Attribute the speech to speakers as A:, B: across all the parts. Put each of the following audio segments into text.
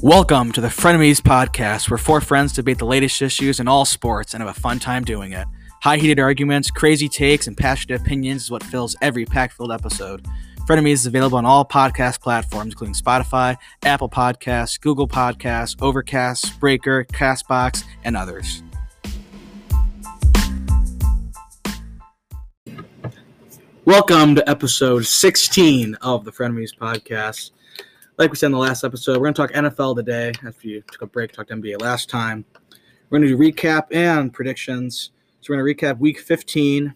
A: Welcome to the Frenemies Podcast, where four friends debate the latest issues in all sports and have a fun time doing it. High heated arguments, crazy takes, and passionate opinions is what fills every pack filled episode. Frenemies is available on all podcast platforms, including Spotify, Apple Podcasts, Google Podcasts, Overcast, Breaker, Castbox, and others. Welcome to episode 16 of the Frenemies Podcast like we said in the last episode, we're going to talk NFL today after you took a break, talked NBA last time. We're going to do recap and predictions. So we're going to recap week 15.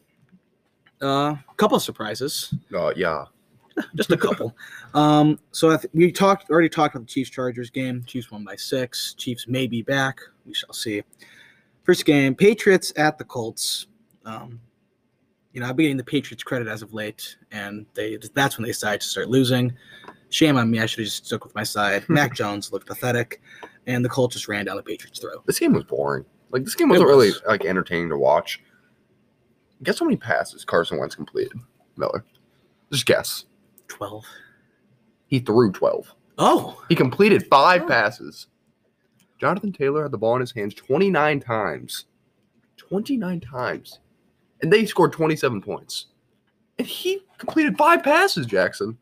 A: A uh, couple of surprises,
B: Oh yeah,
A: just a couple. um, so I th- we talked already talked about the Chiefs Chargers game. Chiefs won by six. Chiefs may be back. We shall see. First game, Patriots at the Colts. Um, you know, I've been getting the Patriots credit as of late, and they that's when they decided to start losing. Shame on me. I should have just stuck with my side. Mac Jones looked pathetic, and the Colts just ran down the Patriots' throat.
B: this game was boring. Like this game
A: It
B: wasn't really
A: was.
B: like entertaining to watch. Guess how many passes Carson Wentz completed? Miller, just guess.
A: Twelve.
B: He threw twelve.
A: Oh,
B: He completed five
A: Oh.
B: passes. Jonathan Taylor had the ball in his hands twenty nine times, twenty nine times, and they scored twenty seven points. And he completed five passes. Jackson,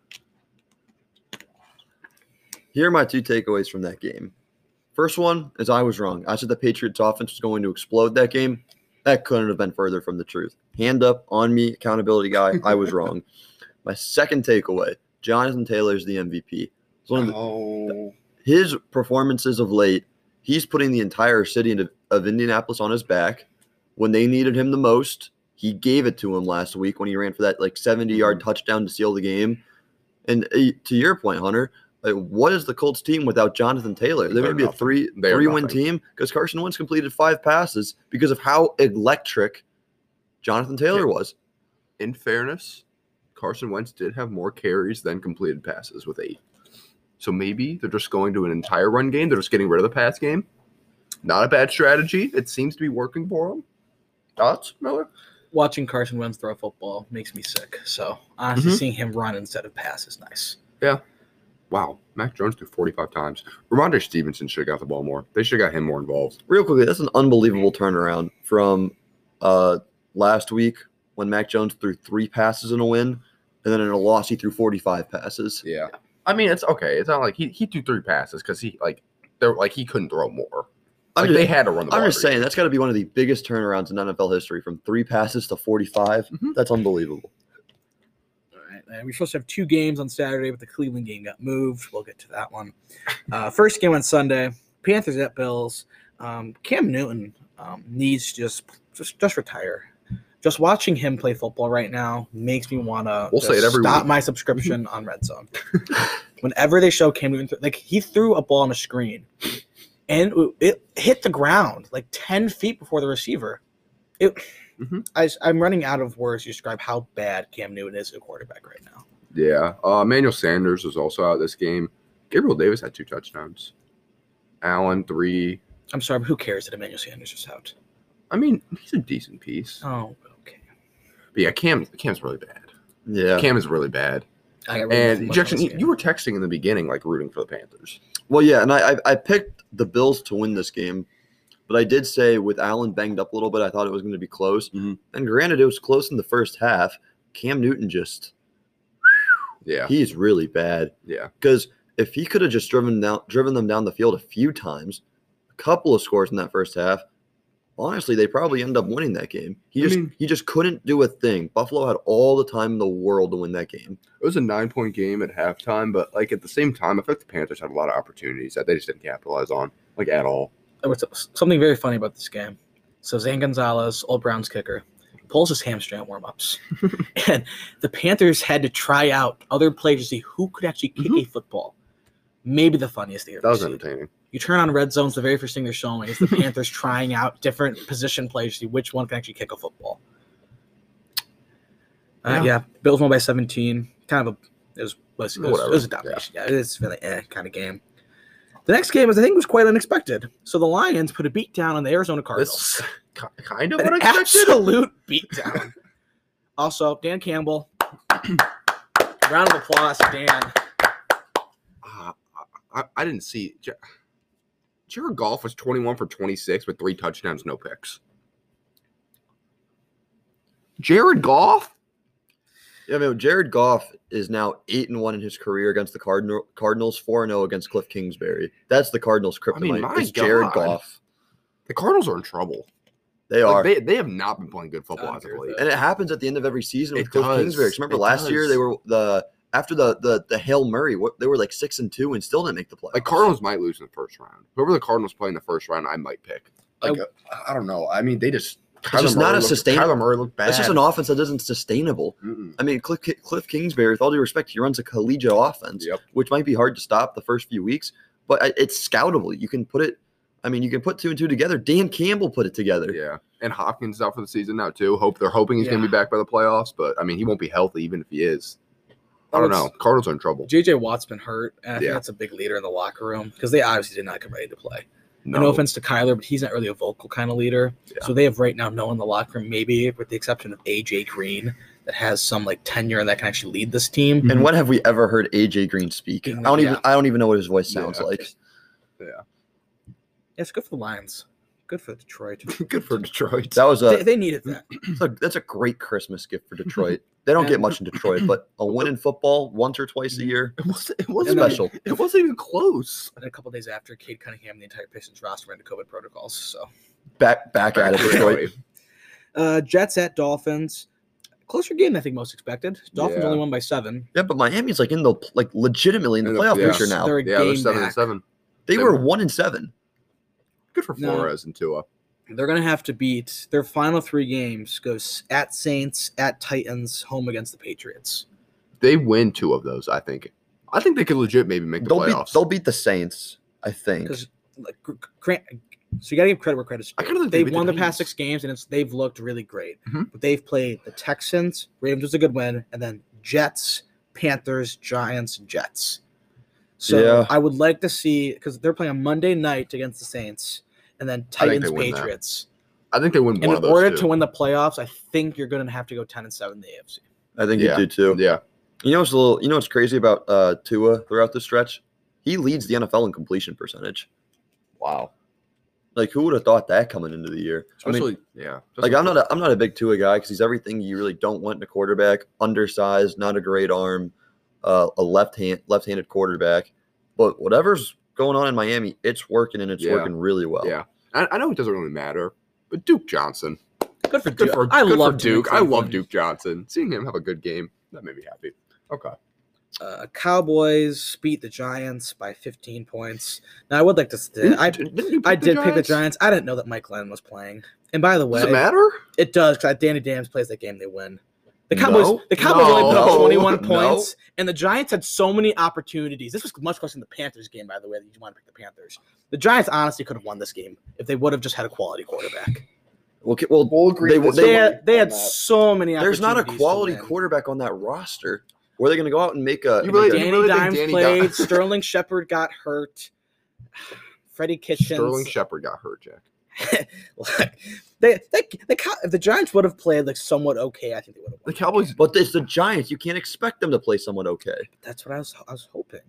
C: Here are my two takeaways from that game. First one is I was wrong. I said the Patriots offense was going to explode that game. That couldn't have been further from the truth. Hand up on me, accountability guy. I was wrong. My second takeaway Jonathan Taylor is the MVP. It's one of the-
B: oh,
C: his performances of late, he's putting the entire city into, of Indianapolis on his back. When they needed him the most, he gave it to him last week when he ran for that like 70
B: Mm-hmm.
C: yard touchdown to seal the game. And uh, to your point, Hunter, like, what is the Colts team without Jonathan Taylor? They're
B: They're
C: going to be a
B: nothing.
C: three
B: They are
C: three win
B: nothing.
C: team because Carson Wentz completed five passes because of how electric Jonathan Taylor was.
B: in fairness, Carson Wentz did have more carries than completed passes with eight. So maybe they're just going to an entire run game. They're just getting rid of the pass game. Not a bad strategy. It seems to be working for them. Thoughts, Miller?
A: watching Carson Wentz throw a football makes me sick. So honestly,
B: Mhm.
A: seeing him run instead of pass is nice.
B: Wow, Mac Jones threw 45 times. Ramondre Stevenson should have got the ball more. They should have got him more involved.
C: real quickly, that's an unbelievable turnaround from uh, last week when Mac Jones threw three passes in a win, and then in a loss he threw 45 passes.
B: Yeah. I mean, it's okay. It's not like he, he threw three passes because he like they're like he couldn't throw more.
C: I'm,
B: Like
C: just,
B: they had to run the ball.
C: I'm just
B: every-
C: saying that's got to be one of the biggest turnarounds in NFL history from three passes to 45.
B: Mhm.
C: That's unbelievable.
A: All right. And we're supposed to have two games on Saturday, but the Cleveland game got moved. We'll get to that one. Uh, first game on Sunday, Panthers at Bills. Um, Cam Newton um, needs to just just just retire. Just watching him play football right now makes me want to
B: We'll say it every
A: stop
B: week.
A: my subscription on Red Zone. Whenever they show Cam Newton, like he threw a ball on a screen and it hit the ground like 10 feet before the receiver. It,
B: Mhm.
A: I, I'm running out of words to describe how bad Cam Newton is at quarterback right now.
B: Yeah. Uh, Emmanuel Sanders was also out this game. Gabriel Davis had two touchdowns. Allen, three.
A: I'm sorry, but who cares that Emmanuel Sanders is out?
B: I mean, he's a decent piece.
A: Oh, okay.
B: But yeah, Cam Cam's really bad.
C: Yeah.
B: Cam is really bad.
A: I got really
B: And
A: much
B: Jackson,
A: on
B: you,
A: this
B: you
A: game.
B: were texting in the beginning, like rooting for the Panthers.
C: Well, yeah, and I, I I picked the Bills to win this game, but I did say with Allen banged up a little bit, I thought it was going to be close.
B: Mhm.
C: And granted, it was close in the first half. Cam Newton just
B: Yeah.
C: he's really bad.
B: Yeah.
C: because if he could have just driven down driven them down the field a few times, a couple of scores in that first half, honestly, they probably end up winning that game. He
B: I
C: just
B: mean-
C: he just couldn't do a thing. Buffalo had all the time in the world to win that game.
B: It was a nine point game at halftime, but like at the same time, I feel like the Panthers had a lot of opportunities that they just didn't capitalize on, like at all.
A: Oh, it's- something very funny about this game. So Zane Gonzalez, old Browns kicker, pulls his hamstring at warm-ups. and the Panthers had to try out other players to see who could actually kick a football. Maybe the funniest thing I've
B: Mm-hmm. That
A: ever
B: was
A: seen.
B: entertaining.
A: You turn on red zones, the very first thing they're showing is the Panthers trying out different position players to see which one can actually kick a football. Uh, yeah.
B: Yeah.
A: Bills won by 17. Kind of a it was was- it was, it
B: Whatever.
A: was a domination. Yeah, it's really eh kind of game. The next game was I think was quite unexpected. So the Lions put a beat down on the Arizona Cardinals.
B: This ki- kind of
A: An
B: unexpected.
A: absolute beatdown. also, Dan Campbell. Round of applause, Dan.
B: Ah, Uh, I, I didn't see. Ja- Jared Goff was 21 for 26 with three touchdowns, no picks. Jared Goff?
C: Yeah, I mean, Jared Goff is now eight and one in his career against the Cardinal Cardinals, four and zero against Cliff Kingsbury. That's the Cardinals' kryptonite.
B: I mean, my
C: is Jared
B: God.
C: Goff.
B: The Cardinals are in trouble.
C: They
B: Like,
C: are,
B: They, they have not been playing good football
A: I
B: as of
A: agree with
B: late.
A: that.
C: and it happens at the end of every season with
B: It
C: Cliff
B: does.
C: Kingsbury. 'Cause Remember
B: It
C: last year
B: does.
C: they were the after the the the Hail Murray, what, they were like six and two and still didn't make the play.
B: Like Cardinals might lose in the first round. Whoever the Cardinals play in the first round, I might pick.
A: I-
B: Like I I don't know. I mean, they just Kyler
C: just not
B: Murray
C: a
B: looked-
C: sustain-
B: Kyler Murray looked bad.
C: That's just an offense that isn't sustainable.
B: Mm-mm.
C: I mean, Cliff, Cliff Kingsbury, with all due respect, he runs a collegiate offense,
B: Yep.
C: which might be hard to stop the first few weeks, but I- it's scoutable. You can put it. I mean, you can put two and two together. Dan Campbell put it together.
B: Yeah, and Hopkins is out for the season now too. Hope they're hoping he's going to
A: Yeah.
B: be back by the playoffs, but I mean, he won't be healthy even if he is. I don't
A: It's-
B: know. Cardinals are in trouble.
A: JJ Watt's been hurt, and I think
B: Yeah.
A: that's a big leader in the locker room because they obviously did not get ready to play.
B: No,
A: No. offense to Kyler, but he's not really a vocal kind of leader.
B: Yeah.
A: So they have right now no one in the locker room, maybe with the exception of AJ Green, that has some like tenure and that can actually lead this team.
B: Mm.
C: And when have we ever heard AJ Green speak? I don't even
A: Yeah.
C: I don't even know what his voice sounds
B: Yeah.
C: like.
A: It's good for the Lions. Good for Detroit.
B: good for Detroit.
C: That was
A: They,
C: a
A: they needed that.
C: that's a, that's a great Christmas gift for Detroit. They don't
A: Yeah.
C: get much in Detroit, but a win in football once or twice a year,
B: It wasn't. It wasn't even-
C: special.
B: It wasn't even close.
A: And a couple days after, Cade Cunningham and the entire Pistons roster went into COVID protocols. So
C: Back back at it, Detroit.
A: uh, Jets at Dolphins. Closer game, than I think, most expected. Dolphins
B: Yeah.
A: only won by seven.
C: Yeah, but Miami's like in the like legitimately in the
B: In the-
C: playoff
B: yeah.
C: picture now.
A: They're a
B: Yeah, they're
A: game
B: seven and
A: back.
B: seven.
C: They
B: they
C: were
B: were-
C: one and seven.
B: Good for
A: No.
B: Flores and Tua.
A: They're going to have to beat their final three games goes at Saints, at Titans, home against the Patriots.
B: They win two of those. I think. I think they could legit maybe make the
C: They'll beat,
B: playoffs.
C: they'll beat the Saints, I think.
A: Because like, gr- grant, so you got to give credit where credit's
B: I
A: due.
B: kinda think they
A: They've
B: beat the
A: won the past
B: Titans.
A: six games and it's they've looked really great.
B: Mhm.
A: But they've played the Texans, Ravens was a good win, and then Jets, Panthers, Giants, Jets. So
C: Yeah.
A: I would like to see because they're playing on Monday night against the Saints, and then
B: I think they
A: Titans,
B: win that.
A: Patriots.
B: I think they win
A: And
B: one
A: in
B: of those.
A: order
B: two.
A: to win the playoffs, I think you're going to have to go ten and seven in the AFC.
C: I think
B: Yeah.
C: you do too.
B: Yeah,
C: You know what's a little you know what's crazy about uh Tua throughout the stretch? He leads the NFL in completion percentage. Wow. Like who would have thought that coming into the year? I mean,
B: especially yeah.
C: like I'm not a I'm not a big Tua guy because he's everything you really don't want in a quarterback. Undersized, not a great arm, uh, a left hand left-handed quarterback. But whatever's going on in Miami, it's working and it's
B: Yeah.
C: working really well.
B: Yeah, I, I know it doesn't really matter, but Duke Johnson.
A: Good for
B: Good
A: Duke.
B: for,
A: I
B: good for
A: love
B: Duke. I love
A: Cleveland.
B: Duke Johnson. Seeing him have a good game that made me happy. Okay,
A: Uh, Cowboys beat the Giants by 15 points. Now I would like to. say I I did pick the Giants. I didn't know that Mike Glenn was playing. And by the way,
B: Does it matter?
A: It does because Danny Dams plays that game, they win. The Cowboys,
C: No.
A: the Cowboys only put
B: No.
A: up 21
C: No.
A: points, and the Giants had so many opportunities. This was much closer than the Panthers game, by the way. That you want to pick the Panthers. The Giants honestly could have won this game if they would have just had a quality quarterback.
C: Well, ca- well
B: agree.
C: They- with
A: They,
C: they-
A: had, they had so many.
C: there's not a
A: opportunities to
C: quality
A: win.
C: quarterback on that roster. Where are they going to go out and make a?
B: You really-
C: make a-
A: Danny
B: really think
A: Dimes
B: Danny
A: played.
B: Dimes-
A: Sterling Shepard got hurt. Freddie Kitchens.
B: Sterling Shepard got hurt, Jack.
A: Look, they, they, the, Cow- if the Giants would have played like somewhat okay, I think they would have.
B: The
A: won.
B: Cowboys.
C: but it's the Giants. You can't expect them to play someone okay.
A: That's what I was. I was hoping.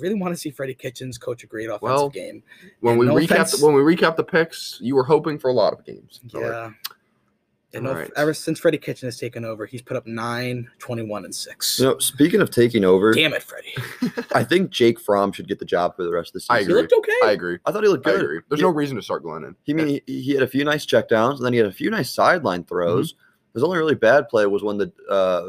A: really want to see Freddie Kitchens coach a great offensive
B: Well,
A: game.
B: When
A: And
B: we
A: no
B: recap,
A: offense-
B: the, when we recap the picks, you were hoping for a lot of games. So, like,
A: Yeah. And
B: All
A: if-
B: right.
A: ever since Freddie Kitchen has taken over, he's put up 9, 21, and 6.
C: You know, speaking of taking over,
A: Damn it, Freddie.
C: I think Jake Fromm should get the job for the rest of the season.
B: I
A: He
B: agree.
A: looked okay.
B: I agree.
C: I thought he looked
B: I
C: good.
B: agree. There's
C: he,
B: no reason to start Glennon.
C: He mean he, he had a few nice checkdowns, and then he had a few nice sideline throws.
B: Mm-hmm.
C: His only really bad play was when the uh,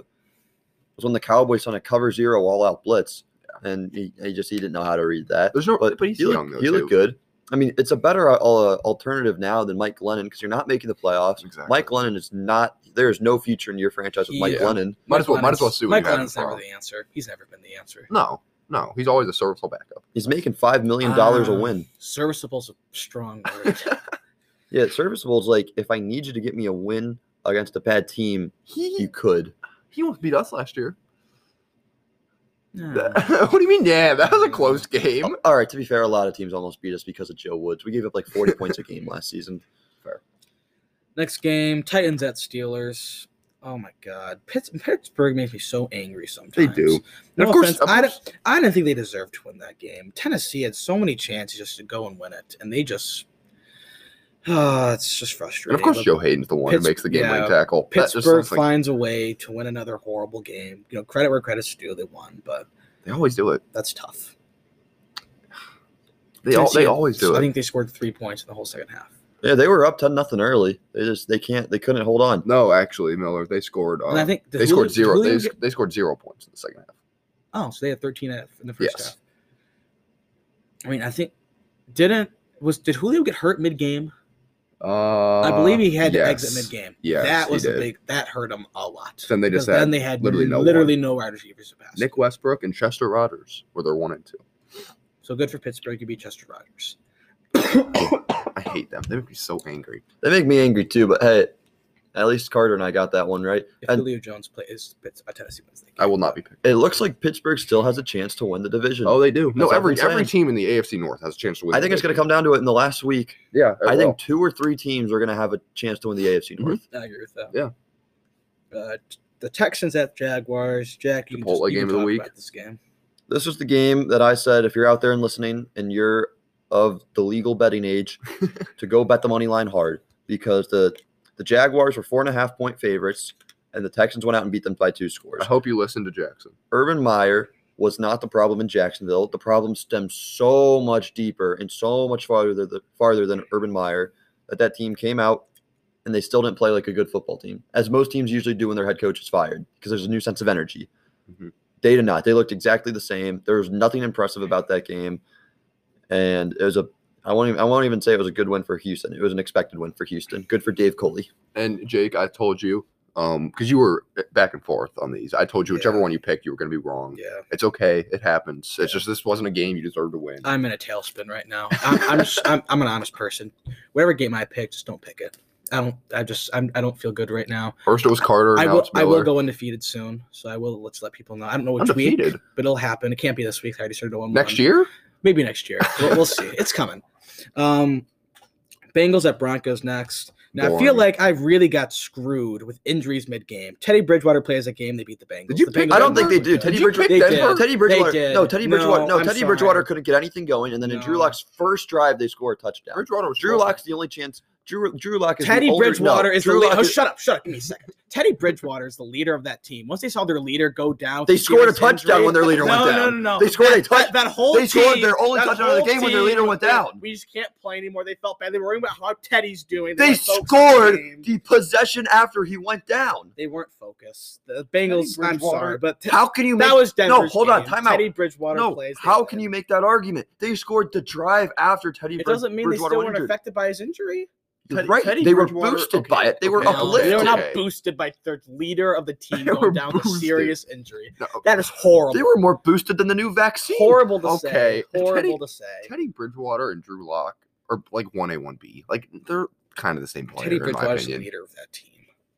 C: was when the Cowboys on a cover zero all out blitz, and he, he just he didn't know how to read that.
B: There's no. But,
C: But,
B: he's
C: he
B: young
C: looked,
B: though.
C: he
B: too.
C: looked good. I mean, it's a better uh, al- alternative now than Mike Glennon because you're not making the playoffs.
B: Exactly.
C: Mike Glennon is not. There is no future in your franchise with Mike
A: Yeah.
C: Glennon.
B: Might as well. Might
A: Glennon's-
B: as well see what
A: Mike
B: you have
A: Glennon's
B: tomorrow.
A: never the answer. He's never been the answer.
B: No, no. He's always a serviceable backup.
C: He's making five million dollars
A: Ah.
C: a win.
A: Serviceable's a strong word.
C: Yeah, serviceable is like if I need you to get me a win against a bad team,
B: He
C: you could.
B: he almost beat us last year.
A: Nah.
B: what do you mean? Yeah, that was a close
A: Hmm.
B: game.
C: All right, to be fair, a lot of teams almost beat us because of Joe Woods. We gave up like forty points a game last season.
A: Next game, Titans at Steelers. Oh my God, Pitts, Pittsburgh makes me so angry sometimes.
B: They do.
A: No
B: and of course,
A: offense,
B: of
A: I
B: course-
A: I didn't think they deserved to win that game. Tennessee had so many chances just to go and win it, and they just. Ah, it's just
B: and
A: frustrating.
B: of course
A: But
B: Joe Hayden's the one
A: Pitts-
B: who makes the game
A: yeah,
B: winning tackle. That just
A: Pittsburgh
B: sounds like-
A: finds a way to win another horrible game. You know, credit where credit's due. They won, but
B: they always do it.
A: that's tough.
B: They all,
A: Tennessee
B: they
A: had-
B: always do
A: I
B: it.
A: think they scored three points in the whole second half.
C: Yeah, they were up ten nothing early. They just they can't they couldn't hold on.
B: No, actually, Miller, they scored. Uh,
A: And I think did
B: they
A: Julio-
B: scored
A: did
B: zero.
A: Julio
B: They,
A: get-
B: they scored zero points in the second half.
A: Oh, so they had 13 at- in the first
B: Yes.
A: half. I mean, I think didn't was did Julio get hurt mid game?
B: Uh,
A: I believe he had to exit
B: yes.
A: mid game.
B: Yes,
A: that
B: he
A: was the
B: did.
A: big that hurt him a lot.
B: Then they just
A: Because then
B: had
A: they had literally
B: literally
A: no,
B: no
A: literally no wide receivers to pass.
B: Nick Westbrook and Chester Rogers were their one and two.
A: So good for Pittsburgh to beat Chester Rogers.
B: I hate them. They make me so angry.
C: They make me angry too, but hey, at least Carter and I got that one right.
A: If
C: And
A: Julio Jones plays Pitts, uh, Tennessee wins. They
B: I will not be picked.
C: it looks like Pittsburgh still has a chance to win the division.
B: Oh, they do. No,
C: That's what
B: every
C: I'm saying.
B: every team in the AFC North has a chance to win.
C: I think
B: the
C: it's going to
B: division.
C: come down to it in the last week.
B: Yeah,
C: I
B: it
C: think two or three teams are going to have a chance to win the AFC North.
A: I agree with that.
B: Yeah.
A: Uh, t- the Texans at Jaguars. Jack, you can just,
B: Chipotle
A: you
B: game
A: can
B: of the
A: talk
B: week.
A: about this game.
C: This was the game that I said if you're out there and listening and you're of the legal betting age, to go bet the money line hard because the the Jaguars were four and a half point favorites and the Texans went out and beat them by two
B: will.
C: scores.
B: I hope you listen to Jackson.
C: Urban Meyer was not the problem in Jacksonville. The problem stems so much deeper and so much farther th- farther than Urban Meyer that that team came out and they still didn't play like a good football team, as most teams usually do when their head coach is fired because there's a new sense of energy.
B: Mhm.
C: They did not. They looked exactly the same. There was nothing impressive about that game, and it was a. I won't. Even, I won't even say it was a good win for Houston. It was an expected win for Houston. Good for Dave Coley.
B: And Jake, I told you, um, because you were back and forth on these. I told you whichever
A: Yeah.
B: one you picked, you were going to be wrong.
A: Yeah.
B: It's okay. It happens. It's just this wasn't a game you deserved to win.
A: I'm in a tailspin right now. I'm I'm, just, I'm I'm an honest person. Whatever game I pick, just don't pick it. I don't. I just. I'm, I don't feel good right now.
B: First it was Carter.
A: I
B: now
A: will.
B: it's
A: I will
B: Miller.
A: go undefeated soon. So I will. Let's let people know. I don't know which week,
B: Undefeated
A: but it'll happen. It can't be this week. I already started one.
B: next year.
A: Maybe next year. We'll, we'll see. It's coming. Um, Bengals at Broncos next. Now I feel
B: Boring.
A: like I really got screwed with injuries mid game. Teddy Bridgewater plays a game. They beat the Bengals.
B: Did you
A: The
B: pick-
A: Bengals
C: I don't think they
A: look
C: do.
A: good.
C: Teddy
B: Did you
C: Bridgewater.
B: pick
A: They did.
B: Denver?
C: Teddy Bridgewater.
A: did.
C: No, Teddy
A: No,
C: Bridgewater. No,
A: I'm
C: Teddy
A: sorry.
C: Bridgewater couldn't get anything going, and then in Drew
A: No.
C: Lock's first drive, they score a touchdown.
B: Bridgewater was
C: Drew
B: twelve.
C: Lock's the only chance. Drew Drew Lock is
A: Teddy
C: the older- no,
A: Bridgewater is
C: Drew
A: the leader.
C: Lock
A: Oh,
C: is-
A: shut up, shut up. Give me a second. Teddy Bridgewater is the leader of that team. Once they saw their leader go down,
C: They
A: from
C: scored a
A: serious
C: touchdown
A: injury-
C: when their leader
A: no,
C: went
A: No,
C: down.
A: no, no,
C: They scored a touchdown.
A: That, that whole
C: They
A: team,
C: scored their only
A: that
C: touchdown of the
A: whole
C: game when their
A: team,
C: leader went
A: they-
C: down.
A: We just can't play anymore. They felt bad. They were worrying about how Teddy's doing.
C: They
A: weren't focused on the
C: scored
A: game.
C: the possession after he went down.
A: They weren't focused. The Bengals. I'm
B: Bridgewater-
A: sorry, but t-
C: How can you make
A: that was Denver's
C: hold on,
A: game.
C: time out.
A: Teddy Bridgewater
C: no?
A: plays. they
C: How
A: win.
C: can you make that argument? They scored the drive after Teddy.
A: It
C: Brid-
A: doesn't mean they
C: Bridgewater
A: still
C: went
A: weren't
C: injured.
A: affected by his injury.
C: You're
B: Teddy-
C: right.
B: Teddy
C: they were
B: Bridgewater-
C: boosted
B: okay,
C: by it. They were
B: okay.
C: uplifted.
A: they were not
B: Okay.
A: boosted by their leader of the team
B: They were
A: going down with a
B: boosted.
A: serious injury.
B: No,
A: That is horrible.
C: They were more boosted than the new vaccine.
A: horrible to say.
B: Okay.
A: Horrible
B: Teddy-
A: to say.
B: Teddy Bridgewater and Drew Lock are like one A, one B. Like they're kind of the same player
A: Teddy
B: in my
A: Bridgewater's the
B: opinion.
A: leader of that team.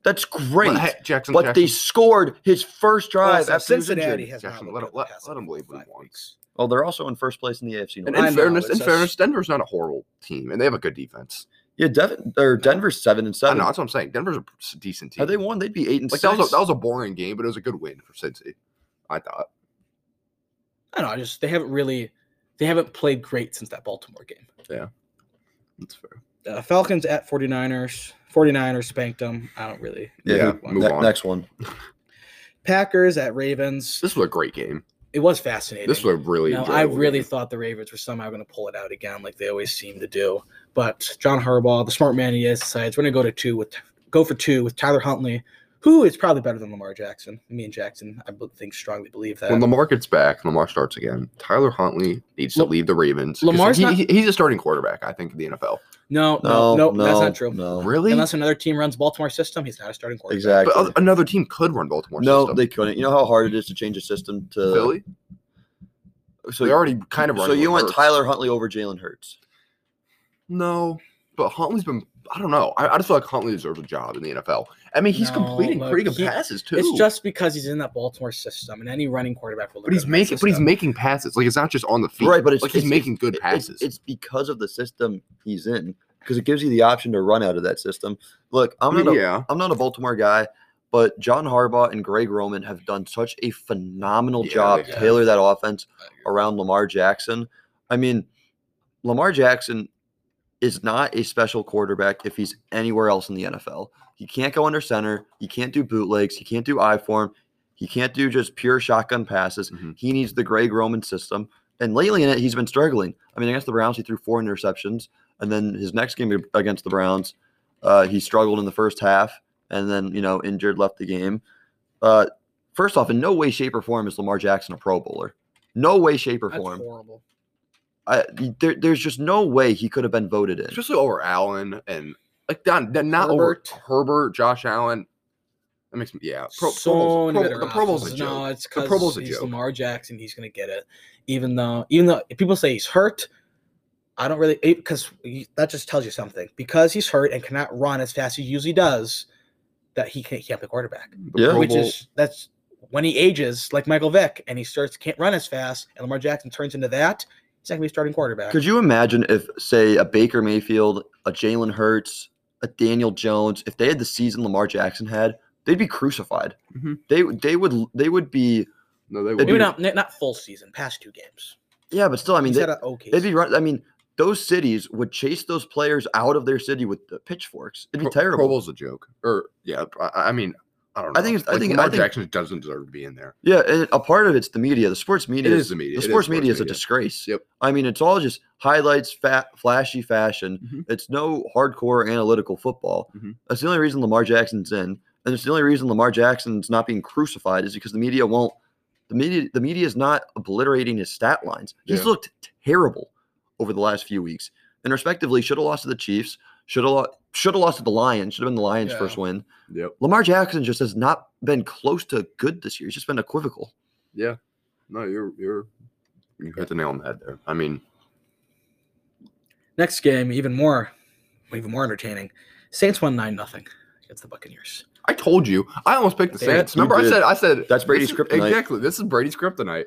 C: That's great.
B: But, hey, Jackson,
C: But
B: Jackson,
C: they scored his first drive
A: Also,
C: after he was
A: Cincinnati
C: injured.
A: has
B: Jackson,
A: not
B: let
A: looked good
B: him-
A: the
B: let-
A: past
B: let him
A: like
B: believe what
A: five
B: he wants.
A: weeks.
C: Well, they're also in first place in the AFC North.
B: And
A: I know,
B: in fairness,
A: it's
B: in
A: just-
B: fairness, Denver's not a horrible team, and they have a good defense.
C: yeah, Devin or Denver's seven
B: I
C: and
B: don't
C: seven.
B: know that's what I'm saying. Denver's a p- decent team.
C: Had they won, they'd be eight and
B: Like
C: six.
B: that was a, that was a boring game, but it was a good win for Cincy. I thought.
A: I don't know. I just they haven't really, they haven't played great since that Baltimore game.
B: That's fair.
A: Uh, Falcons at 49ers. 49ers spanked them. I don't really.
B: Yeah,
C: Ne-
B: move on.
C: Next one.
A: Packers at Ravens.
B: This was a great game.
A: It was fascinating.
B: This was a really.
A: Now, I
B: enjoyable
A: really
B: game.
A: thought the Ravens were somehow going to pull it out again, like they always seem to do. But John Harbaugh, the smart man he is, decides we're going to go to two with go for two with Tyler Huntley, who is probably better than Lamar Jackson. Me and Jackson, I bo- think strongly believe that.
B: when Lamar gets back, Lamar starts again. Tyler Huntley needs to
A: Lam-
B: leave the Ravens. 'cause
A: Lamar's
B: he-
A: not-
B: he- he's a starting quarterback, I think, in the NFL.
A: no, no,
C: No,
A: no,
C: no,
A: that's not true.
C: No,
B: Really?
A: Unless another team runs Baltimore system, he's not a starting quarterback.
C: exactly.
B: but oth- another team could run Baltimore.
C: no,
B: system.
C: they couldn't. You know how hard it is to change a system to
B: Philly.
C: So
B: they already kind of.
C: So
B: running
C: you
B: with
C: want
B: Hurts.
C: Tyler Huntley over Jalen Hurts?
B: No, but Huntley's been. I don't know. I, I just feel like Huntley deserves a job in the NFL. I mean, he's
A: No,
B: completing
A: look,
B: pretty good
A: he-
B: passes too.
A: It's just because he's in that Baltimore system, and any running quarterback will. look
B: but he's
A: good in that
B: making. But he's
A: system.
B: making passes. Like it's not just on the field.
C: Right, but it's
B: like he's
C: it's-
B: making good
C: it-
B: passes.
C: It's, it's because of the system he's in because it gives you the option to run out of that system. Look, I'm not a,
B: yeah.
C: I'm not a Baltimore guy, But John Harbaugh and Greg Roman have done such a phenomenal
B: Yeah,
C: job
B: they
C: to
B: have.
C: tailor that offense
B: I agree.
C: around Lamar Jackson. I mean, Lamar Jackson is not a special quarterback if he's anywhere else in the NFL. He can't go under center. He can't do bootlegs. He can't do I form. He can't do just pure shotgun passes.
B: Mhm.
C: He needs the Greg Roman system. And lately in it, he's been struggling. I mean, against the Browns, he threw four interceptions. And then his next game against the Browns, uh, he struggled in the first half and then, you know, injured, left the game. Uh, first off, in no way, shape, or form is Lamar Jackson a Pro Bowler. No way, shape, or
A: That's
C: form.
A: horrible.
C: I, there, there's just no way he could have been voted in.
B: Especially over Allen and like not, not not over
A: Herbert.
B: Herbert, Josh Allen. That makes me yeah. Uh, Pro,
A: so
B: Pro Bowl's- Pro-
A: many better
B: the Pro Bowl's a
A: options.
B: joke.
A: No, it's
B: The Pro
A: because
B: Bowl's a
A: he's
B: joke.
A: Lamar Jackson. He's gonna get it, even though even though if people say he's hurt. I don't really because that just tells you something. Because he's hurt and cannot run as fast as he usually does, that he can't, he can't be quarterback.
B: The
C: Yeah.
B: Pro
A: which
B: Bowl-
A: is that's when he ages like Michael Vick and he starts can't run as fast, and Lamar Jackson turns into that. He's not gonna be a starting quarterback.
C: Could you imagine if, say, a Baker Mayfield, a Jalen Hurts, a Daniel Jones, if they had the season Lamar Jackson had, they'd be crucified.
B: Mhm.
C: They they would they would be
B: no, they
A: Maybe
B: wouldn't.
A: not not full season, past two games.
C: yeah, but still, I mean,
A: He's
C: they,
A: had an okay.
C: they'd be run. I mean, those cities would chase those players out of their city with the pitchforks. It'd be
B: Pro,
C: terrible.
B: Pro Bowl's a joke. Or yeah, I, I mean, I don't know.
C: I think it's- I
B: Like,
C: think- I
B: Lamar
C: think-
B: Jackson doesn't deserve to be in there.
C: Yeah, and a part of it's the media. The sports
B: It
C: media
B: is the media.
C: the
B: It is
C: sports, media is a disgrace.
B: Yep.
C: I mean, it's all just highlights, fat, flashy fashion.
B: Mhm.
C: It's no hardcore analytical football.
B: Mhm.
C: That's the only reason Lamar Jackson's in, and it's the only reason Lamar Jackson's not being crucified is because the media won't. The media, the media is not obliterating his stat lines. He's
B: Yeah.
C: looked terrible over the last few weeks, and respectively, should have lost to the Chiefs. Should have lo- should have lost to the Lions. Should have been the Lions'
A: Yeah.
C: first win.
B: Yep.
C: Lamar Jackson just has not been close to good this year. He's just been equivocal.
B: Yeah. No, you're you're you hit the nail on the head there. I mean,
A: Next game, even more, even more entertaining. Saints won nine nothing against the Buccaneers.
B: I told you. I almost picked the
A: Yeah,
B: Saints.
C: you
B: Remember, I
C: did.
B: said I said
C: That's Brady's
B: this is-
C: kryptonite.
B: Exactly. This is Brady's kryptonite.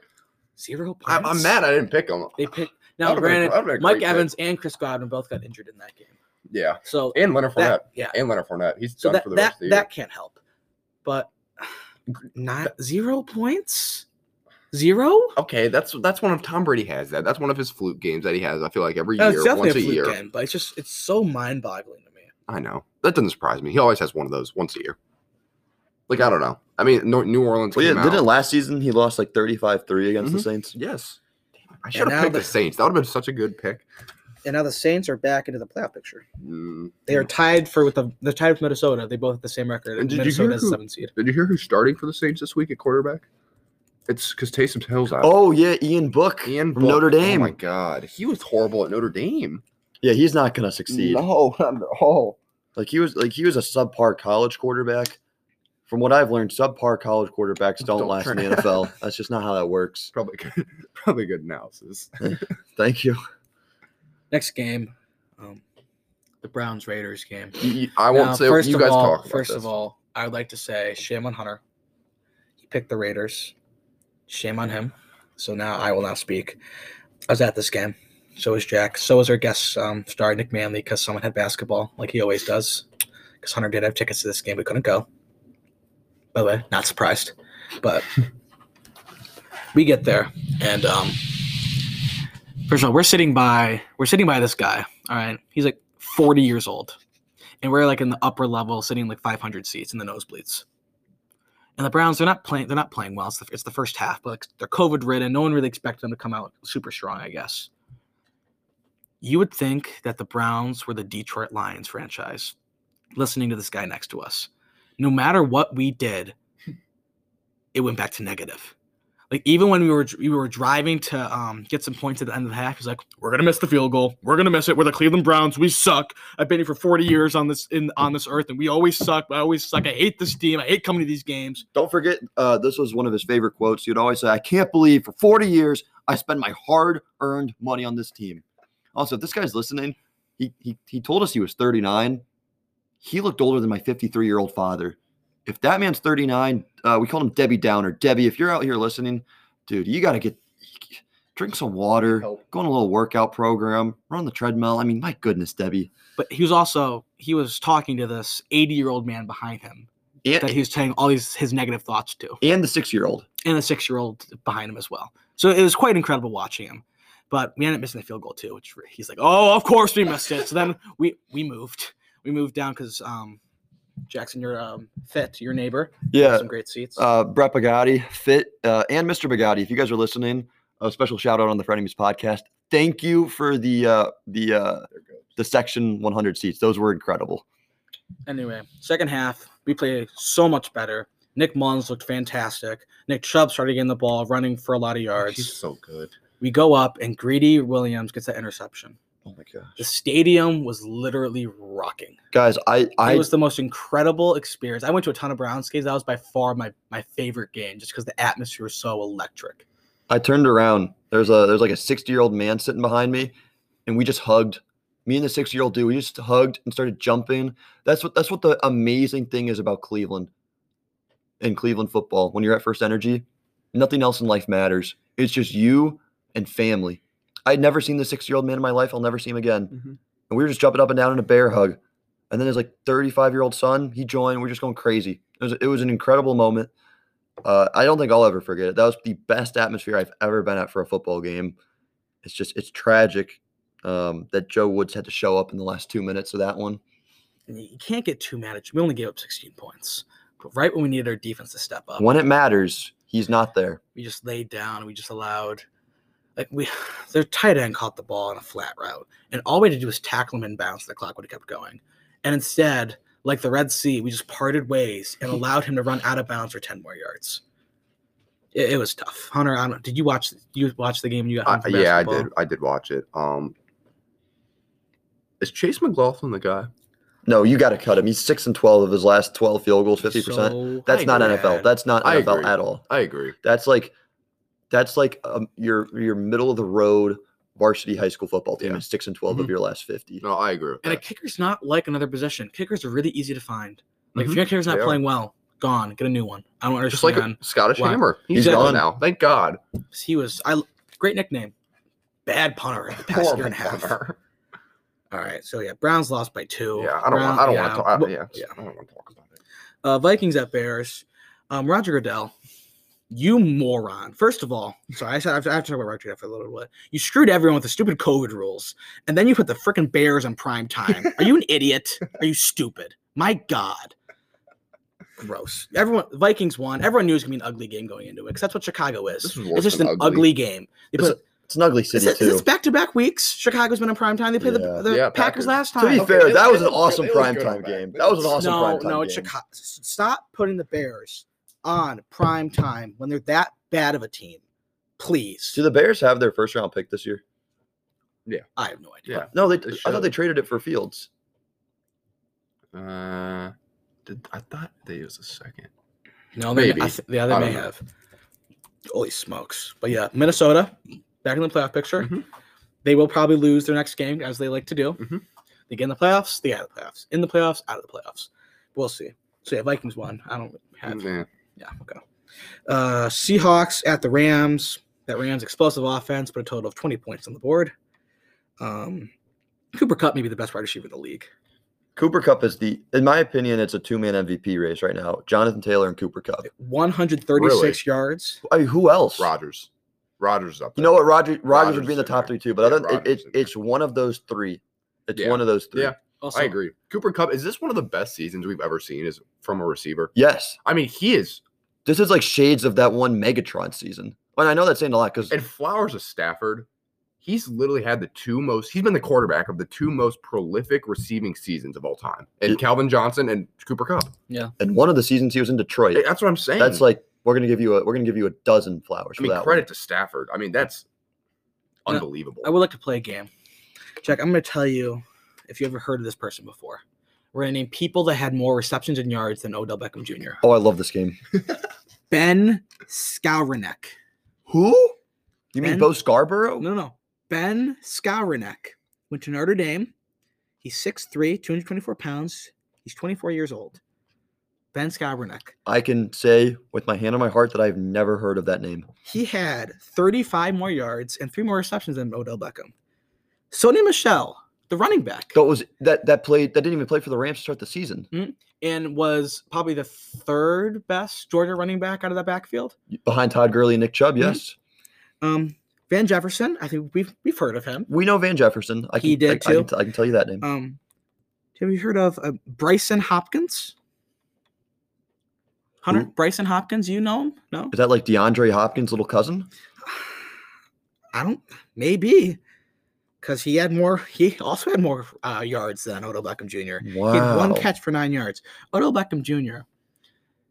A: Zero
B: I,
A: points.
B: I'm mad I didn't pick him.
A: They picked
B: That
A: now.
B: would've been a-
A: Granted,
B: that would've been a
A: Mike
B: great pick.
A: Evans and Chris Godwin both got injured in that game,
B: Yeah,
A: so
B: and Leonard Fournette
A: that yeah,
B: and Leonard Fournette. He's
A: so
B: done
A: that
B: for the
A: that
B: rest of the year.
A: that can't help. But not zero points, zero.
B: okay, that's that's one of Tom Brady has that. That's one of his fluke games that he has. I feel like every
A: No, it's
B: year,
A: definitely
B: once
A: a
B: a,
A: fluke
B: year.
A: game, but it's just it's so mind boggling to me.
B: I know that doesn't surprise me. He always has one of those once a year. Like I don't know. I mean, Nor- New Orleans.
C: Well,
B: came
C: yeah, didn't
B: out.
C: last season he lost like 35 3 against
B: Mhm.
C: the Saints?
B: yes. Damn it, I should have
A: now
B: picked the
A: the-
B: Saints. That would have been such a good pick.
A: And now the Saints are back into the playoff picture.
B: Mm.
A: They are tied for with the they're tied with Minnesota. They both have the same record.
B: And did you hear
A: Minnesota is
B: who-
A: seven seed.
B: Did you hear who's starting for the Saints this week at quarterback? It's because Taysom Hill's out.
C: Oh, yeah, Ian Book.
B: and
C: from Notre Dame.
B: Oh my God, he was horrible at Notre Dame.
C: Yeah, he's not going to succeed.
B: No, not at all.
C: Like he was like he was a subpar college quarterback. From what I've learned, subpar college quarterbacks don't,
B: Don't
C: last in
B: turn-
C: the NFL. That's just not how that works.
B: Probably good. Probably good analysis.
C: Thank you.
A: Next game, um, the Browns Raiders game.
B: You- you- I won't
A: Now,
B: say
A: first
B: you
A: of
B: guys
A: all,
B: talk. About
A: First
B: this.
A: of all, I would like to say shame on Hunter. He picked the Raiders. Shame on him. So now I will not speak. I was at this game. So was Jack. So was our guest um, star Nick Manley because someone had basketball like he always does. Because Hunter did have tickets to this game, but couldn't go. By the way, not surprised, but we get there and um, first of all, we're sitting by we're sitting by this guy. All right, he's like 40 years old and we're like in the upper level, sitting like 500 seats in the nosebleeds. And the Browns, they're not playing. They're not playing well. It's the, it's the first half, but like, they're COVID ridden. No one really expected them to come out super strong, I guess. You would think that the Browns were the Detroit Lions franchise. Listening to this guy next to us, no matter what we did, it went back to negative. Like even when we were we were driving to um, get some points at the end of the half, he's like, "We're gonna miss the field goal. We're gonna miss it. We're the Cleveland Browns. We suck. I've been here for 40 years on this in on this earth, and we always suck. I always suck. I hate this team. I hate coming to these games.
C: Don't forget, uh, this was one of his favorite quotes. He'd always say, I can't believe for 40 years I spend my hard earned money on this team. Also, if this guy's listening, he, he, he told us he was 39. He looked older than my 53 year old father. If that man's 39, uh, we called him Debbie Downer. Debbie, if you're out here listening, dude, you got to get drink some water,
B: Help.
C: go on a little workout program, run on the treadmill. I mean, my goodness, Debbie.
A: But he was also he was talking to this 80 year old man behind him
C: and,
A: that he was saying all these his negative thoughts to,
C: and the six year old.
A: and a six year old behind him as well. So it was quite incredible watching him. But we ended up missing the field goal too, which re- he's like, "Oh, of course we missed it." So then we we moved, we moved down because um, Jackson, your um, fit, your neighbor, had
C: Yeah,
A: some great seats.
C: uh, Brett Bugatti, Fit, uh, and Mr. Bugatti. If you guys are listening, a special shout out on the Frenemies podcast. Thank you for the uh, the uh,
B: There goes.
C: the section 100 seats. Those were incredible.
A: Anyway, second half, we played so much better. Nick Mullins looked fantastic. Nick Chubb started getting the ball, running for a lot of
C: Oh,
B: He's
A: yards.
B: so good.
A: We go up, and Greedy Williams gets that interception.
B: Oh my gosh.
A: The stadium was literally rocking.
C: Guys, I I
A: it was the most incredible experience. I went to a ton of Browns games. That was by far my my favorite game, just because the atmosphere was so electric.
C: I turned around. There's a there's like a 60 year old man sitting behind me, and we just hugged. Me and the 60 year old dude, we just hugged and started jumping. That's what that's what the amazing thing is about Cleveland and Cleveland football. When you're at First Energy, nothing else in life matters. It's just you and family. I'd never seen the 60 year old man in my life. I'll never see him again.
B: Mhm.
C: And we were just jumping up and down in a bear hug. And then his like 35 year old son, he joined. We are just going crazy. It was it was an incredible moment. Uh, I don't think I'll ever forget it. That was the best atmosphere I've ever been at for a football game. It's just it's tragic um, that Joe Woods had to show up in the last two minutes of that one.
A: And you can't get too mad at you. We only gave up 16 points, but right when we needed our defense to step up,
C: When it matters, he's not there.
A: we just laid down. We just allowed, like we, their tight end caught the ball on a flat route, and all we had to do was tackle him and bounce. The clock would have kept going, and instead, like the Red Sea, we just parted ways and allowed him to run out of bounds for 10 more yards. It, it was tough. Hunter, I don't, did you watch? You watched the game? and You got home
B: I,
A: from
B: Uh, yeah, I
A: basketball?
B: did. I did watch it. Um, is Chase McLaughlin the guy?
C: No, you got to cut him. He's six and twelve of his last twelve field goals, fifty percent.
A: So
C: That's not NFL.
A: bad.
C: That's not
B: I
C: NFL
B: agree.
C: at all.
B: I agree.
C: That's like that's like um, your your middle of the road varsity high school football team
B: Yeah. Mm-hmm.
C: is six and 12 of your last fifty.
B: No, I agree. With
A: and a
B: that.
A: kicker's not like another position. Kickers are really easy to find. Like
B: Mhm.
A: if your kicker's not
B: They are.
A: playing well, gone. Get a new one. I don't
B: Just like
A: understand.
B: a Scottish
A: Why?
B: Hammer. He's
A: Exactly.
B: gone now. Thank God.
A: he was I great nickname. Bad punter the past year and a half.
B: Hammer.
A: All right, so yeah, Browns lost by two.
B: Yeah, I don't
A: Brown-
B: want. I don't
A: yeah,
B: want to talk. I,
A: w-
B: yeah, yeah, I don't want to talk about it.
A: Uh, Vikings at Bears. Um, Roger Goodell, you moron! First of all, sorry, I said I have to, I have to talk about Roger Goodell for a little bit. You screwed everyone with the stupid COVID rules, and then you put the freaking Bears on prime time. Are you an idiot? Are you stupid? My God. Gross. Everyone, Vikings won. Everyone knew it was gonna be an ugly game going into it because that's what Chicago is.
B: This is worse
A: it's just
B: than
A: an
B: ugly.
A: ugly, game. They
C: It's
A: put-
C: It's an ugly
A: Is
C: city
A: it,
C: too.
A: is this back-to-back weeks? Chicago's been in prime time. They played the,
C: Yeah.
A: the
B: Yeah,
A: Packers
B: Packers.
A: last
C: To
A: time.
C: be
B: Okay,
C: fair,
B: it-
C: that
B: it
C: was an
B: was good-
C: awesome
B: it was good
C: primetime
B: back.
C: game.
B: It
C: That was an
B: was-
C: awesome
A: no,
C: primetime
A: no, it's
C: game.
A: Chicago. Stop putting the Bears on prime time when they're that bad of a team. Please.
C: Do the Bears have their first round pick this year?
A: I have no idea.
B: Yeah.
C: No, they.
B: They
C: I thought they
B: should.
C: traded it for Fields.
B: Uh, did, I thought they used a second.
A: No, they,
B: Maybe.
A: I th- yeah, they
B: I
A: may
B: don't know.
A: have. Holy smokes! But yeah, Minnesota back in the playoff picture.
C: Mm-hmm.
B: Mhm.
A: They will probably lose their next game as they like to do.
B: Mhm.
A: They get in the playoffs. They get out of the playoffs. In the playoffs, out of the playoffs. We'll see. So yeah, Vikings won. I don't have
B: Yeah.
A: Yeah, okay. Uh, Seahawks at the Rams. That Rams explosive offense put a total of 20 points on the board. Um, Cooper Cup may be the best wide receiver in the league.
C: Cooper Cup is the, in my opinion, it's a two man MVP race right now. Jonathan Taylor and Cooper Cup.
A: 136
B: Really?
A: yards.
C: I mean, who else?
B: Rogers. Rogers up.
C: You
B: There.
C: know what? Roger Rogers would
B: Rodgers
C: be in the
B: in
C: top
B: there.
C: three too, but other
B: Yeah,
C: than, it,
B: Rodgers
C: it,
B: in there.
C: it's one of those three. It's
B: Yeah.
C: one of those three.
B: Yeah.
A: Also,
B: I agree. Cooper Cup is this one of the best seasons we've ever seen is from a receiver.
C: Yes,
B: I mean, he is,
C: this is like shades of that one Megatron season. And I know that's saying a lot because
B: and Flowers of Stafford. He's literally had the two most. He's been the quarterback of the two most prolific receiving seasons of all time, and
C: It-
B: Calvin Johnson and Cooper Cup.
C: in one of the seasons he was in Detroit,
B: Hey, That's what I'm saying.
C: that's like we're gonna give you a we're gonna give you a dozen
B: I
C: flowers for
B: mean,
C: that.
B: credit to Stafford. I mean, that's
A: No,
B: unbelievable.
A: I would like to play a game. Jack, I'm going to tell you if you ever heard of this person before. We're going to name people that had more receptions and yards than Odell Beckham Jr.
C: One. Oh, I love this game.
A: Ben Skowronek.
C: Who? You mean
A: Ben-
C: Bo Scarborough?
A: Oh, No, no. Ben Skowronek went to Notre Dame. He's 6'3, 224 pounds. He's 24 years old. Ben Skowronek.
C: I can say with my hand on my heart that I've never heard of that name.
A: He had 35 more yards and three more receptions than Odell Beckham. Sony Michelle the running back,
C: That was that that played that didn't even play for the Rams to start the season
A: and was probably the third best Georgia running back out of that backfield.
C: behind Todd Gurley and Nick Chubb.
A: Mhm.
C: Yes,
A: Um, Van Jefferson, I think we've we've heard of him.
C: we know Van Jefferson. I can,
A: He did
C: I, I
A: too.
C: can, t- I can tell you that name.
A: Um, have you heard of uh, Bryson Hopkins? Hunter
C: Who?
A: Bryson Hopkins, you know him? No,
C: Is that like DeAndre Hopkins' little cousin?
A: I don't. Maybe because he had more. He also had more uh, yards than Odell Beckham Jr.
C: Wow.
A: He had one catch for nine yards. Odell Beckham Jr.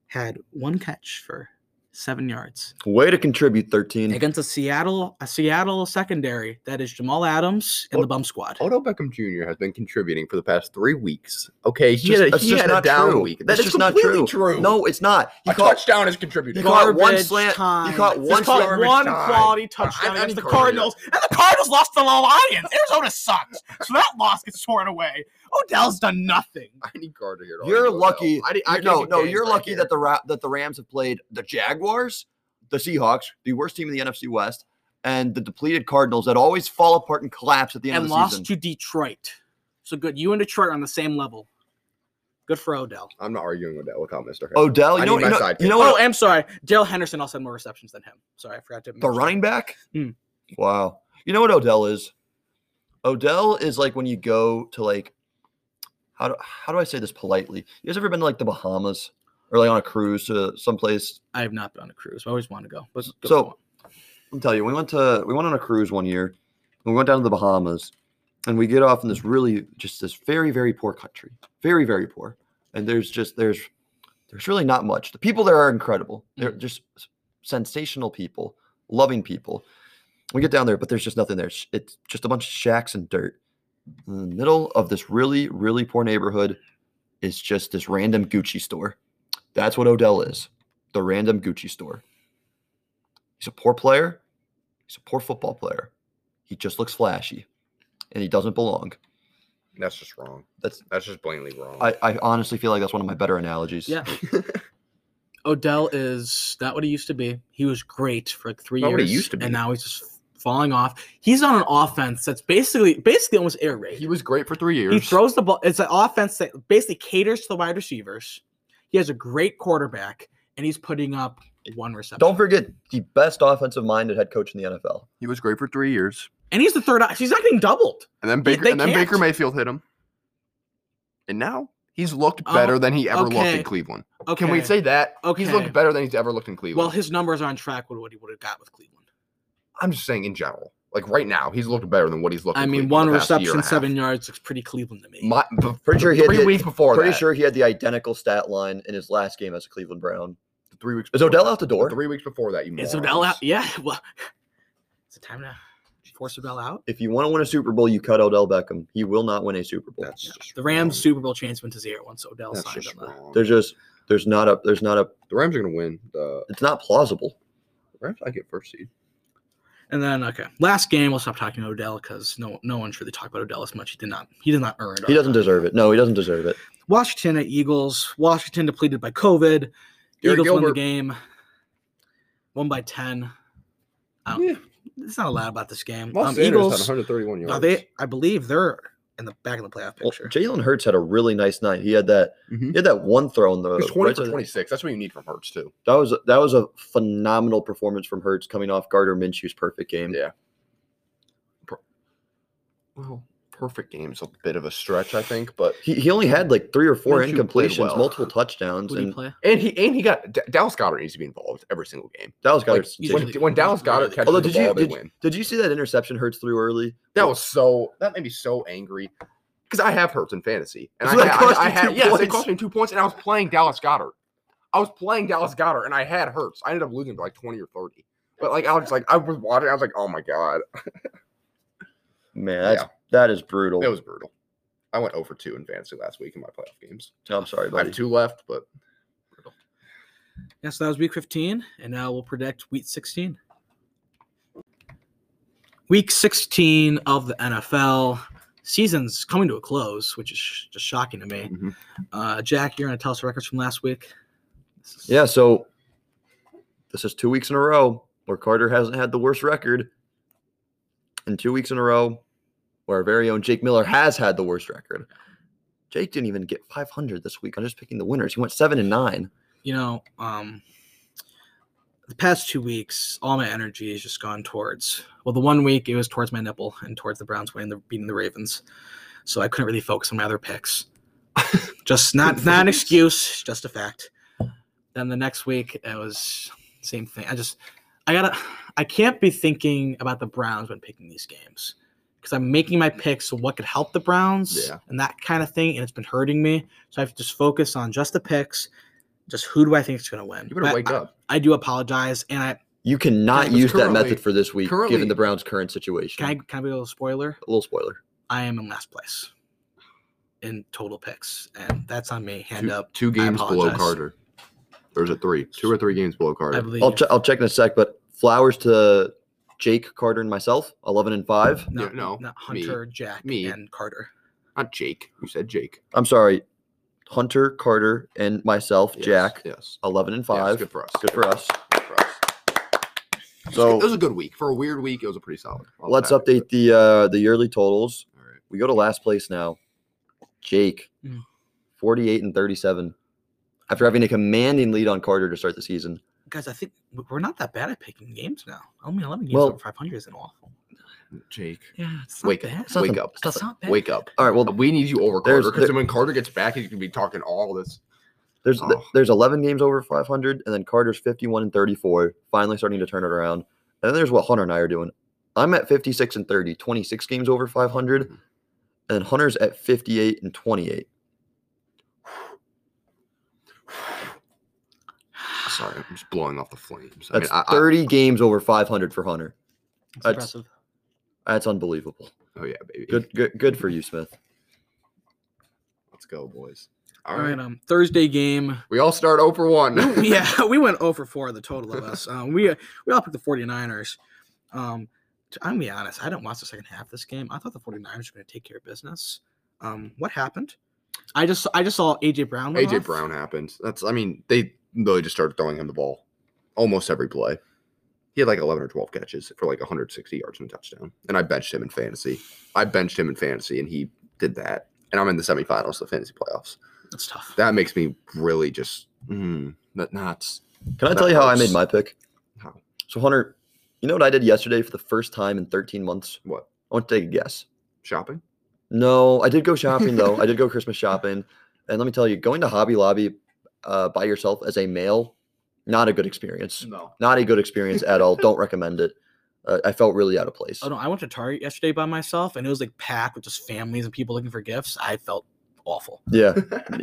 A: had one catch for seven yards
C: Way to contribute 13.
A: against a Seattle a Seattle secondary that is Jamal Adams and the
B: Oh,
A: Bum Squad.
B: Odell Beckham Jr. has been contributing for the past three weeks. Okay, he
C: Just-
B: had a,
C: that's
B: he
C: just
B: had a
C: not
B: down
C: true.
B: week.
C: That
B: That's
C: is
B: just
C: not
B: completely
C: true. No, it's not. He
B: a
C: caught
B: touchdown is
C: he
B: contributing.
C: caught one
A: Garbage
C: slant. He
A: time.
C: caught
A: Let's
C: one
A: call it
C: slant.
B: garbage
A: one
B: time.
A: quality
B: I-
A: touchdown
B: I
A: against the
B: encourage
A: Cardinals, and the Cardinals lost to the Lions. Arizona sucks, so that loss gets torn away. Odell's done nothing.
B: I need Gardner here. to
C: You're
B: argue Odell.
C: lucky.
B: I, di- I
C: you- no,
B: can't get
C: no,
B: games
C: you're
B: right
C: lucky
B: here.
C: that the Ra- that the Rams have played the Jaguars, the Seahawks, the worst team in the NFC West, and the depleted Cardinals that always fall apart and collapse at the end
A: and
C: of the
A: lost
C: season.
A: to Detroit. So good. You and Detroit are on the same level. Good for Odell.
B: I'm not arguing with that without Mr. Hurd.
C: Odell,
B: I
C: you know,
B: need
C: you
B: my
C: know,
B: sidekick.
C: you know
A: Oh,
C: what?
A: I'm sorry. Daryl Henderson also had more receptions than him. Sorry, I forgot to.
C: The
A: mention.
C: running back.
A: Hmm.
C: Wow. You know what Odell is? Odell is like when you go to like, how do how do I say this politely? You guys ever been to like the Bahamas or like on a cruise to someplace
A: I have not been on a cruise. I always want to go. But go
C: So-
A: on.
C: I'll tell you, we went to we went on a cruise one year. And we went down to the Bahamas, and we get off in this really just this very very poor country, very very poor. And there's just there's there's really not much. The people there are incredible. They're just s- sensational people, loving people. We get down there, but there's just nothing there. It's- It's just a bunch of shacks and dirt. In the middle of this really really poor neighborhood is just this random Gucci store. That's what Odell is, the random Gucci store. He's a poor player. He's a poor football player. He just looks flashy, and he doesn't belong.
B: That's just wrong.
C: That's
B: That's just blatantly wrong.
C: I, I honestly feel like that's one of my better analogies.
A: Yeah. Odell is not what he used to be. He was great for like three
B: Not what
A: years.
B: he used to be.
A: And now he's just falling off. He's on an offense that's basically basically almost air raid.
B: he was great for three years.
A: He throws the ball. It's an offense that basically caters to the wide receivers. He has a great quarterback, and he's putting up one reception.
C: Don't forget the best offensive-minded head coach in the NFL.
B: he was great for three years.
A: and he's the third. op- He's not getting doubled.
B: And then
A: They-
B: Baker
A: they
B: and then Baker
A: can't.
B: Mayfield hit him. And now he's looked
A: Oh,
B: better than he ever looked
A: okay.
B: in Cleveland.
A: Okay.
B: Can we say that? He's
A: Okay.
B: looked better than he's ever looked in Cleveland.
A: Well, his numbers are on track with what he would have got with Cleveland.
B: I'm just saying in general. Like right now, he's looked better than what he's looked.
A: I
B: in
A: mean,
B: Cleveland
A: one
B: the past year and
A: reception,
B: a half.
A: seven yards looks pretty Cleveland to me.
B: My, b-
C: Pretty sure he had
B: three
C: the-
B: weeks before
C: Pretty
B: that.
C: sure he had the identical stat line in his last game as a Cleveland Brown.
B: Three weeks.
C: Is
B: before
C: Odell
B: that.
C: out the door?
B: Three weeks before that, you.
A: Is
B: morons.
A: Odell out? Yeah. Well, is it time to force Odell out?
C: If you want to win a Super Bowl, you cut Odell Beckham. He will not win a Super Bowl.
B: That's just
A: The Rams
B: wrong.
A: Super Bowl chance went to zero once Odell
B: That's
A: signed
B: just
A: on
B: wrong.
C: There's just there's not a there's not a
B: The Rams are going to win. The
C: it's not plausible.
B: Rams, I get first seed.
A: that. And then okay, last game we'll stop talking about Odell because no no one's really talked about Odell as much. He did not he did not earn.
C: He
A: our time.
C: doesn't deserve it. No, he doesn't deserve it.
A: Washington at Eagles. Washington depleted by COVID.
B: Garrett
A: Eagles won the
B: Gilbert.
A: game. One by ten. I don't- It's not allowed about this game.
B: Miles
A: Oh. Um,
B: Sanders had
A: Eagles.
B: 131 yards.
A: Are they? I believe they're in the back in the playoff
C: Well,
A: picture.
C: Jalen Hurts had a really nice night. He had that
B: Mhm.
C: he had that one throw in the
B: He's 20
C: right
B: for
C: side-
B: 26. That's what you need from Hurts too.
C: That was that was a phenomenal performance from Hertz coming off Gardner Minshew's perfect game.
B: Yeah. Well, perfect game's a bit of a stretch, I think, but
C: He, he only had like three or four
B: Minshew played
C: incompletions,
B: well.
C: multiple touchdowns,
A: Who do you
C: and
A: play?
B: and he and he got D- Dallas Goddard needs to be involved every single game.
C: Dallas got
B: Like, when,
A: usually-
B: when Dallas Goddard
A: Really?
B: catches
C: Although
B: the
C: did you
B: ball, they
C: did,
B: win.
C: did you see that interception Hertz threw early?
B: That was so that made me so angry because I have Hurts in fantasy, and I,
C: So that
B: had-
C: cost
B: I, I
C: you
B: had
C: two
B: yes, it
C: points.
B: cost me two points, and I was playing Dallas Goddard. I was playing Dallas Goddard, and I had Hurts. I ended up losing by like twenty or thirty. But like I was like I was watching, I was like, oh my god,
C: man, that's, that is brutal.
B: it was brutal. I went over two in fantasy last week in my playoff games.
C: I'm sorry,
B: I have
C: buddy.
B: two left, but
A: Yeah, so that was week 15, and now we'll predict week 16. Week 16 of the NFL. Season's coming to a close, which is sh- just shocking to me.
B: Mhm.
A: Uh, Jack, you're going to tell us the records from last week. This is-
C: Yeah, so this is two weeks in a row where Carter hasn't had the worst record. In two weeks in a row where our very own Jake Miller has had the worst record. Jake didn't even get 500 this week. I'm just picking the winners. He went seven and nine.
A: You know, um, the past two weeks, all my energy has just gone towards. Well, the one week it was towards my nipple and towards the Browns winning the beating the Ravens, so I couldn't really focus on my other picks. just not not an excuse, just a fact. Then the next week it was same thing. I just I gotta I can't be thinking about the Browns when picking these games because I'm making my picks of what could help the Browns
B: Yeah.
A: and that kind of thing, and it's been hurting me. So I have to just focus on just the picks. Just who do I think is going to win?
B: You better
A: But
B: wake
A: I,
B: up.
A: I do apologize, and I
C: You cannot
B: Yeah, 'cause
C: use that
B: currently-
C: method for this week,
B: currently-
C: given the Browns' current situation.
A: can I can I be a little spoiler?
C: a little spoiler.
A: I am in last place in total picks, and that's on me. Hand
B: Two,
A: up.
B: two
A: I
B: games below
A: apologize.
B: Carter. Or is it three? Two or three games below
A: I
B: Carter.
A: believe.
C: I'll, ch- I'll check in a sec, but flowers to Jake, Carter, and myself, 11 and 5.
A: no,
B: Yeah, no,
A: not
B: me,
A: Hunter, Jack,
B: me.
A: and Carter.
B: Not Jake. You said Jake.
C: I'm sorry, Hunter, Carter, and myself,
B: Yes,
C: Jack,
B: Yes.
C: 11 and
B: Yes,
C: 5.
B: good for us.
C: Good for us.
B: Good for us. it
C: So
B: was a good week. For a weird week, it was a pretty solid. I'll
C: let's
B: have it.
C: update the uh, the yearly totals.
B: All right.
C: We go to last place now. Jake,
A: Mm.
C: 48 and 37. After having a commanding lead on Carter to start the season,
A: Guys, I think w- we're not that bad at picking games now. I mean, 11 games
C: Well-
A: over 500 isn't awful.
B: Jake.
A: Yeah, it's
B: Wake up.
A: bad.
C: not
B: Wake
C: the-
B: up.
A: It's not bad.
B: Wake up.
C: all right. Well,
B: We need you over
C: There's-
B: Carter because
C: there-
B: when Carter gets back, he's gonna be talking all this.
C: there's th-
B: Oh.
C: there's 11 games over 500, and then Carter's 51 and 34, finally starting to turn it around. And then there's what Hunter and I are doing. I'm at 56 and 30, 26 games over 500,
B: Hmm.
C: and then Hunter's at 58 and 28.
B: Sorry, I'm just blowing off the flames.
C: That's
B: I mean, I, I,
C: 30 games over 500 for Hunter.
A: It's
C: That's-
A: impressive.
C: That's unbelievable.
B: oh yeah, baby.
C: Good, good, good for you, Smith.
B: Let's go, boys.
A: All right. um, Thursday game.
B: We all start 0 for one.
A: yeah, we went over four the total of us. Um, we we all picked the 49ers. Um, t- I'm gonna be honest, I didn't watch the second half of this game. I thought the 49ers were gonna take care of business. Um, what happened? I just I just saw AJ Brown. went
B: AJ
A: off.
B: Brown happened. That's. I mean, they literally just started throwing him the ball almost every play. He had like 11 or 12 catches for like 160 yards and a touchdown. And I benched him in fantasy. I benched him in fantasy, and he did that. And I'm in the semifinals, of the fantasy playoffs.
A: That's tough.
B: That makes me really just mm, that nuts.
C: Can I
B: That
C: tell you how I made
B: hurts.
C: my pick?
B: How?
C: So Hunter, you know what I did yesterday for the first time in 13 months?
B: What?
C: I want to take a guess.
B: Shopping?
C: No, I did go shopping though. I did go Christmas shopping, and let me tell you, going to Hobby Lobby uh, by yourself as a male, not a good experience.
B: No.
C: Not a good experience at all. Don't recommend it. Uh, I felt really out of place.
A: Oh no, I went to Target yesterday by myself, and it was like packed with just families and people looking for gifts. I felt awful.
C: Yeah,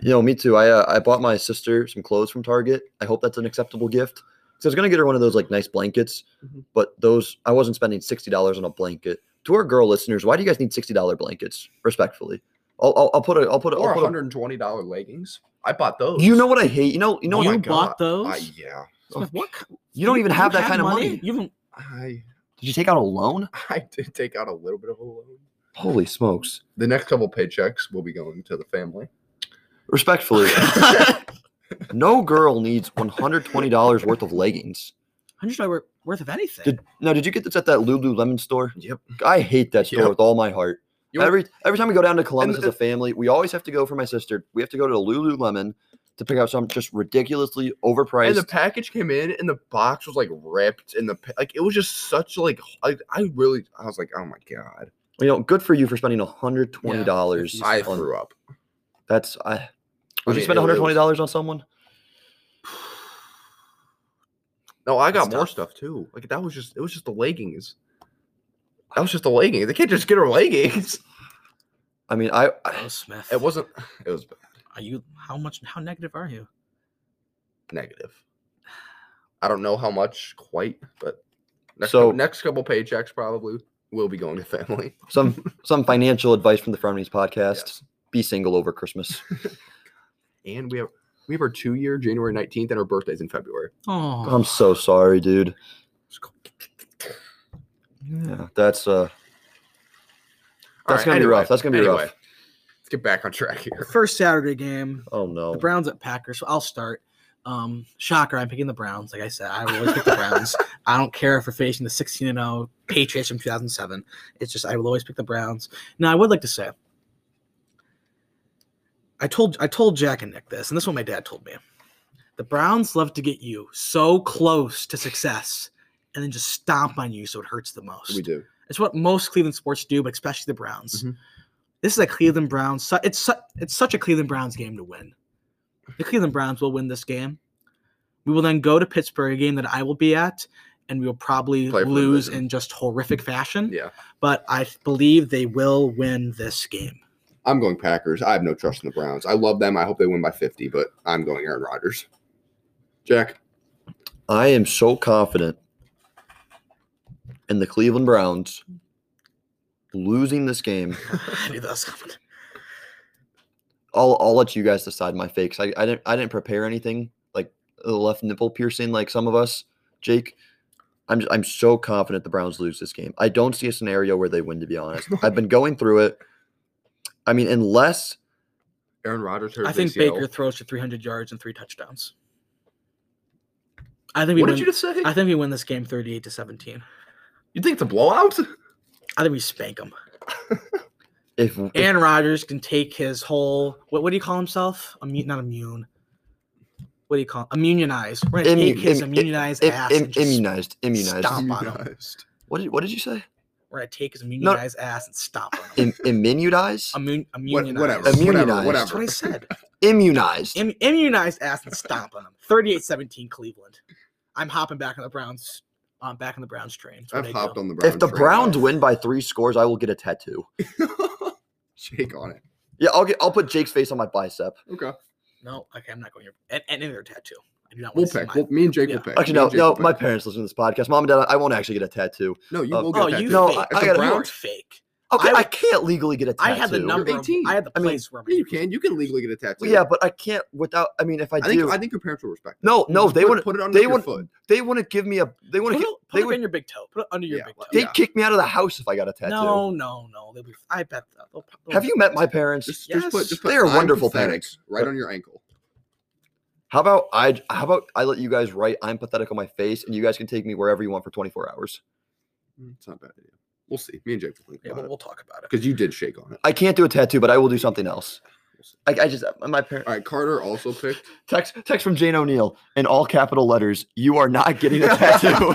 C: you know, me too. I uh, I bought my sister some clothes from Target. I hope that's an acceptable gift. So I was gonna get her one of those like nice blankets,
B: Mhm.
C: but those I wasn't spending sixty dollars on a blanket. To our girl listeners, why do you guys need sixty dollar blankets? Respectfully, I'll, I'll I'll put a I'll put a,
B: Or
C: I'll put a
B: $120 leggings. I bought those.
C: you know what I hate. You know you know
A: Oh
C: what
A: my
C: I-
A: you bought those?
B: I, yeah.
A: Smith, what ki-
C: you don't even have that kind of money.
A: You don't-
B: I
C: Did you take out a loan?
B: I did take out a little bit of a loan.
C: Holy smokes!
B: The next couple paychecks will be going to the family.
C: Respectfully, no girl needs one hundred twenty dollars worth of leggings.
A: hundred dollars worth of anything.
C: Did now? Did you get this at that Lululemon store?
B: Yep.
C: I hate that store
B: Yep.
C: with all my heart.
B: You
C: every every time we go down to Columbus
B: And-
C: as a family, we always have to go for my sister. We have to go to Lululemon to pick up some just ridiculously overpriced.
B: and the package came in, and the box was like ripped, and the pa- like it was just such like I, I really I was like oh my god
C: you know, good for you for spending one hundred twenty dollars.
A: Yeah,
B: I
C: on,
B: threw up.
C: that's I. Would
B: mean,
C: you
B: it- it
C: spend one hundred twenty
B: was-
C: dollars on someone?
B: No, I got
A: That's
B: more
A: tough.
B: stuff too. Like that was just it was just the leggings. That was just the leggings. They can't just get her leggings.
C: I mean, I,
A: oh,
C: I
A: Smith,
B: It wasn't. It was
A: Are you how much? How negative are you?
B: negative. I don't know how much quite, but next
C: So-
B: couple, next couple paychecks probably will be going to family.
C: some some financial advice from the Frenemies podcast.
B: Yes.
C: Be single over Christmas.
B: And we have we have our two year January nineteenth, and our birthday's in February.
A: Oh,
C: I'm so sorry, dude. Yeah, that's uh,
B: All
C: That's gonna be rough. That's gonna be rough.
B: Let's get back on track here.
A: first Saturday game,
C: oh no.
A: the Browns at Packers. So I'll start. Um, shocker, I'm picking the Browns. Like I said, I will always pick the Browns. I don't care if we're facing the 16 and 0 Patriots from 2007. It's just I will always pick the Browns. Now, I would like to say, I told I told Jack and Nick this, and this is what my dad told me. The Browns love to get you so close to success, and then just stomp on you so it hurts the most.
B: We do.
A: It's what most Cleveland sports do, but especially the Browns.
B: Mhm.
A: This is a Cleveland Browns. su- It's su- it's such a Cleveland Browns game to win. The Cleveland Browns will win this game. We will then go to Pittsburgh, a game that I will be at, and we will probably
B: Play for the
A: lose
B: division.
A: in just horrific fashion.
B: Yeah.
A: But I believe they will win this game.
B: I'm going Packers. I have no trust in the Browns. I love them. I hope they win by 50, but I'm going Aaron Rodgers. Jack,
C: I am so confident in the Cleveland Browns losing this game.
A: I knew that was coming.
C: I'll I'll let you guys decide my fakes. I, I didn't I didn't prepare anything like the left nipple piercing like some of us, Jake. I'm just, I'm so confident the Browns lose this game. I don't see a scenario where they win. To be honest, I've been going through it. I mean, unless
B: Aaron Rodgers hurt
A: I
B: his
A: think
B: ACL.
A: Baker throws for 300 yards and three touchdowns. I think we
B: What
A: win.
B: did you just say?
A: I think we win this game 38 to 17.
B: you think it's a blowout?
A: I think we spank them.
C: if, if
A: Aaron Rodgers can take his whole what what do you call himself? Immune, not immune. What do you call immunized? We're gonna
C: Immu-
A: take his
C: im- im-
A: immunized
C: im-
A: ass.
C: im-
A: and just,
C: immunized, immunized.
A: stomp on 'em.
C: What did what did you say?
A: We're gonna take his immunized ass and stomp on him.
C: Im- immunized,
A: Immun,
B: What-
A: immunized.
B: whatever, whatever,
C: Immunized.
A: That's what I
B: whatever.
A: said.
C: immunized.
A: Im- immunized ass and stomp on him. 38-17 Cleveland. I'm hopping back on the Browns. I'm back on the Browns train. That's what
B: I've
A: I
B: hopped
A: do.
B: on the Browns.
C: If the
B: train
C: Browns
B: now.
C: win by three scores, I will get a tattoo.
B: Jake on it.
C: Yeah, I'll get I'll put Jake's face on my bicep.
B: Okay.
A: No, okay, I'm not going here. And, and any other tattoo. I do not
B: We'll
A: want to see
B: pick.
A: mine.
B: We'll, me and Jake
A: Yeah.
B: will pick.
C: Actually,
B: Me
C: no,
B: and Jake
C: no.
B: will
C: My
B: pick.
C: parents listen to this podcast. Mom and dad, I won't actually get a tattoo.
B: No, you
C: uh,
B: will get
A: Oh,
B: that.
A: you
B: dude.
C: No,
A: fake.
C: I-
B: If
C: I
B: the
C: gotta-
A: you are
B: Browns,
A: fake.
C: Okay,
A: I
C: I,
A: would-
C: can't legally get a tattoo.
A: I had the number. of-
B: 18.
A: I had the
C: I mean,
A: place where my
B: you can. You can legally get a tattoo.
C: Well, yeah, but I can't without. I mean, if I,
B: I
C: do,
B: think I think your parents will respect. it.
C: no, no,
B: Just
C: they
B: put-
C: would.
B: put it on
C: they
B: your
C: would-
B: foot.
C: They want to give me a. They want
A: Put
C: to.
A: it,
C: Get,
A: put
C: they
A: it
C: would.
A: in your big toe. Put it under your
B: Yeah,
A: big toe.
B: well,
C: They
B: yeah.
C: kick me out of the house if I got a tattoo.
A: No, no, no. They'll be. I bet. That. They'll, pro- they'll,
C: Have you met my parents?
B: Just, just put,
A: Yes.
B: just put
C: They are
B: "I'm
C: wonderful
B: pathetic"
C: parents.
B: Right on your ankle.
C: How about I? How about I let you guys write? I'm pathetic on my face, and you guys can take me wherever you want for 24 hours.
B: Mm, It's not a bad idea. We'll see. Me and Jake will think
A: Yeah,
B: about
A: but
B: it
A: we'll talk about it.
B: because you did shake on it.
C: I can't do a tattoo, but I will do something else. I, I just uh, my parents
B: All right, Carter also picked.
C: text text from Jane O'Neill in all capital letters. You are not getting a tattoo.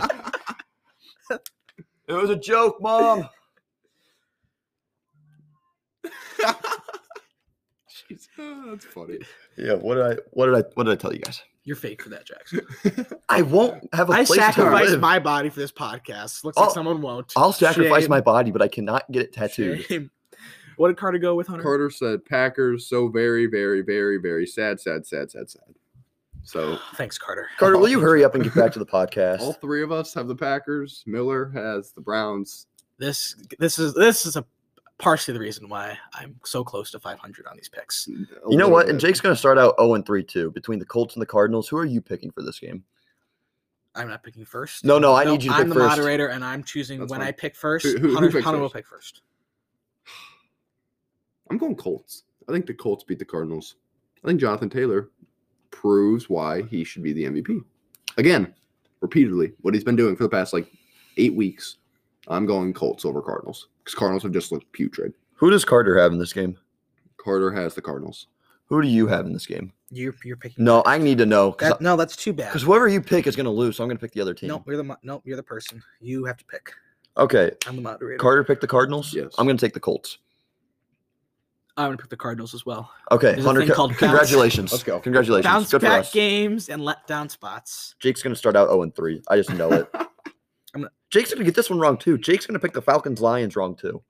C: it was a joke, mom.
B: Jeez, oh, that's funny.
C: Yeah. What did I? What did I? What did I tell you guys?
A: You're fake for that, Jackson.
C: I won't have a
A: I
C: place to
A: sacrificed
C: live.
A: my body for this podcast. Looks
C: I'll-
A: like someone won't.
C: I'll sacrifice
A: Shame.
C: my body, but I cannot get it tattooed.
A: Shame. What did Carter go with? Hunter?
B: Carter said Packers. So very, very, very, very sad, sad, sad, sad, sad. So
A: Thanks, Carter.
C: Carter, will you
A: Oh.
C: hurry up and get back to the podcast?
B: all three of us have the Packers. Miller has the Browns.
A: This this is this is a partially the reason why I'm so close to 500 on these picks.
B: You
C: you know what? And Jake's going to start out 0 and 3 2 between the Colts and the Cardinals. Who are you picking for this game?
A: I'm not picking first.
C: No, no, I need you to
A: I'm
C: pick
A: the
C: first.
A: moderator, and I'm choosing
B: That's
A: when
B: fine.
A: I pick first.
B: Who- who- who
A: Hunter,
B: picks
A: Hunter will
B: first?
A: pick first.
B: I'm going Colts. I think the Colts beat the Cardinals. I think Jonathan Taylor proves why he should be the MVP. Again, repeatedly, what he's been doing for the past like eight weeks. I'm going Colts over Cardinals because Cardinals have just looked putrid.
C: Who does Carter have in this game?
B: Carter has the Cardinals.
C: Who do you have in this game?
A: You're you're picking.
C: No, I need to know
A: That- no, that's too bad.
C: because whoever you pick is going to lose. So I'm going to pick the other team.
A: Nope, you're the mo- nope, you're the person. You have to pick.
C: Okay.
A: I'm the moderator.
C: Carter picked the Cardinals.
B: Yes.
C: I'm going to take the Colts.
A: I'm gonna pick the Cardinals as well.
C: Okay.
A: There's a
C: Hunter,
A: thing
C: co-
A: called bounce-
C: congratulations.
B: Let's go.
C: Congratulations.
A: Bounce
C: Good for
A: back
C: us.
A: games and let down spots.
C: Jake's going to start out 0 and 3. I just know it.
A: I'm gonna-
C: Jake's going to get this one wrong, too. Jake's going to pick the Falcons Lions wrong, too.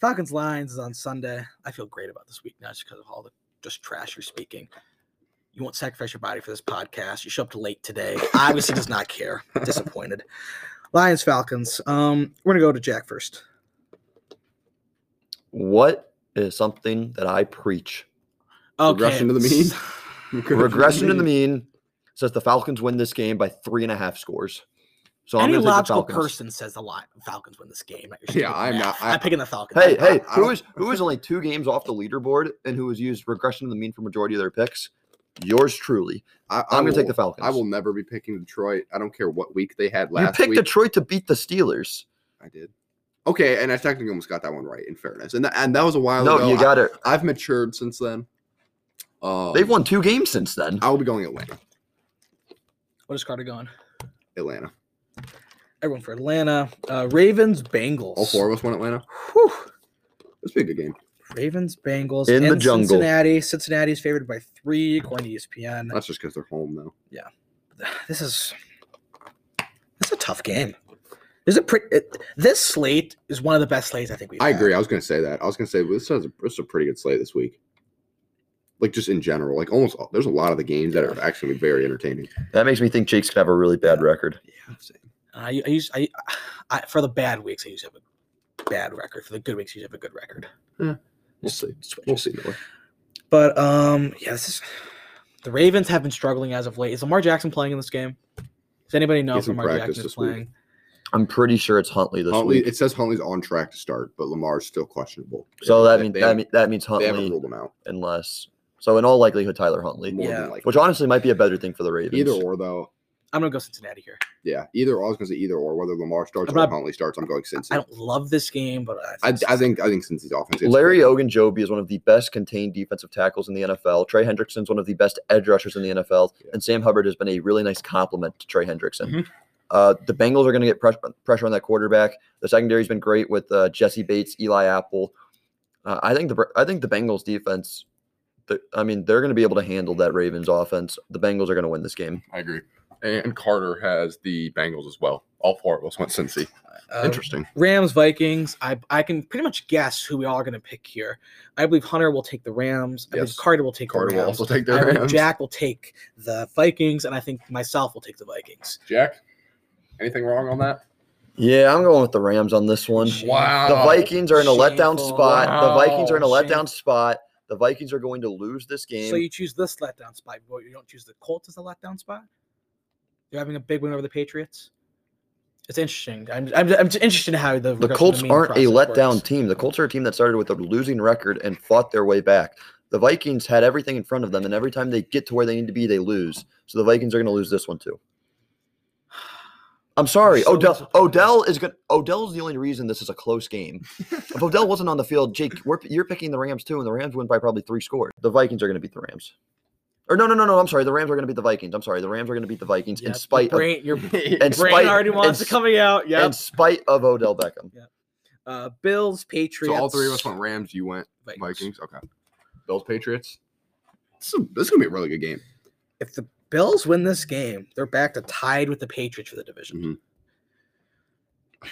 A: Falcons Lions is on Sunday. I feel great about this week now just because of all the just trash you're speaking. You won't sacrifice your body for this podcast. You show up to late today. Obviously does not care. Disappointed. Lions Falcons. Um, we're gonna go to Jack first.
C: What is something that I preach?
A: Okay.
B: Regression to the mean?
C: Regression to the mean says the Falcons win this game by three and a half scores. So I'm
A: Any
C: going to take the
A: logical
C: Falcons.
A: person says the Lion- Falcons win this game. not your
B: Yeah,
A: stupid
B: I'm
A: math.
B: not- I-
A: I'm picking the Falcons.
C: Hey, hey,
B: I
C: who
B: don't-
C: is who is only two games off the leaderboard and who has used regression to the mean for majority of their picks? Yours truly.
B: I,
C: I'm going to take
B: will-
C: the Falcons.
B: I will never be picking Detroit. I don't care what week they had
C: You
B: last
C: picked
B: week.
C: Detroit to beat the Steelers.
B: I did. Okay, and I technically almost got that one right. In fairness, and that, and that was a while ago.
C: No, you
B: I-
C: got it.
B: I've matured since then. Um,
C: They've won two games since then.
B: I will be going Atlanta.
A: What is Carter going?
B: Atlanta.
A: Everyone for Atlanta. Uh, Ravens, Bengals.
B: All Oh, four of us went Atlanta.
A: Whew.
B: It's been a good game.
A: Ravens, Bengals.
C: In the
A: and
C: jungle.
A: Cincinnati. Cincinnati's favored by three, according to E ESPN.
B: That's just because they're home, though.
A: This is this is a tough game. There's a pretty it, this slate is one of the best slates I think we've.
B: I
A: had.
B: agree. I was going to say that. I was going to say well, this has a, this is a pretty good slate this week. Like just in general, like almost all- there's a lot of the games that are actually very entertaining.
C: That makes me think Jake's going to have a really bad record.
B: Yeah,
A: I, I use I, I for the bad weeks I usually have a bad record. For the good weeks, I usually have a good record.
B: we'll see.
A: Switch.
B: We'll see. Miller.
A: But um, yeah, this is the Ravens have been struggling as of late. Is Lamar Jackson playing in this game? Does anybody know
B: He's
A: if
B: in
A: Lamar
B: practice
A: Jackson is
B: this week.
A: playing?
C: I'm pretty sure it's Huntley this
B: Huntley,
C: week.
B: it says Huntley's on track to start, but Lamar's still questionable.
C: So that
B: They-
C: means
B: they
C: that,
B: haven't-
C: mean, that means
B: they haven't
C: Huntley
B: ruled him out.
C: unless so in all likelihood Tyler Huntley,
B: More
A: Yeah.
B: than likely.
C: which honestly might be a better thing for the Ravens.
B: Either or though,
A: I'm gonna go Cincinnati here.
B: yeah. Either or, I was gonna say either or. Whether Lamar starts
A: I'm
B: or
A: not-
B: Huntley starts, I'm going
A: I
B: Cincy.
A: don't love this game, but I
B: I,
A: think,
B: I think I think Cincy's offense. gets
C: Larry
B: better.
C: Ogunjobi is one of the best contained defensive tackles in the NFL. Trey Hendrickson's one of the best edge rushers in the NFL,
B: Yeah.
C: and Sam Hubbard has been a really nice compliment to Trey Hendrickson.
A: Mhm.
C: Uh, the Bengals are going to get press- pressure on that quarterback. The secondary's been great with uh, Jesse Bates, Eli Apple. Uh, I think the Br- I think the Bengals defense. The, I mean, they're going to be able to handle that Ravens offense. The Bengals are going to win this game.
B: I agree. And Carter has the Bengals as well. All four of us went Cincy.
A: uh,
B: Interesting.
A: Rams Vikings. I I can pretty much guess who we all are gonna pick here. I believe Hunter will take the Rams. I believe
B: Yes.
A: Carter will take
B: Carter
A: the
B: will
A: Rams.
B: also take
A: I
B: their
A: believe
B: Rams.
A: Jack will take the Vikings, and I think myself will take the Vikings.
B: Jack, anything wrong on that?
C: Yeah, I'm going with the Rams on this one.
A: Shame.
B: Wow.
C: The
B: Oh.
C: Vikings are in a letdown
A: Shameful.
C: spot. The Vikings are in a
A: Wow.
C: letdown spot. The Vikings are going to lose this game.
A: So you choose this letdown spot, but you don't choose the Colts as a letdown spot. You're having a big win over the Patriots. It's interesting. I'm I'm, I'm just interested in how the
C: the
A: regression to
C: Colts
A: mean
C: aren't a
A: process
C: letdown
A: works.
C: team. The Colts are a team that started with a losing record and fought their way back. The Vikings had everything in front of them, and every time they get to where they need to be, they lose. So the Vikings are going to lose this one too. I'm sorry,
A: so
C: Odell.
A: disappointed.
C: Odell is good. Odell's the only reason this is a close game. if Odell wasn't on the field, Jake, we're, you're picking the Rams too, and the Rams win by probably three scores. The Vikings are going to beat the Rams. Or no, no, no, no. I'm sorry. The Rams are going to beat the Vikings. I'm sorry. The Rams are going to beat the Vikings
A: Yeah,
C: in spite
A: your
C: of
A: brain, your
C: in
A: brain
C: spite
A: already wants
C: in,
A: to coming out.
C: in
A: Yep.
C: spite of Odell Beckham.
A: Uh, Bills,
B: So
A: Patriots.
B: all three of us went Rams. You went
A: Vikings.
B: Vikings. Okay. Bills Patriots. This is, this is gonna be a really good game.
A: If the Bills win this game, they're back to tied with the Patriots for the division.
B: Mhm.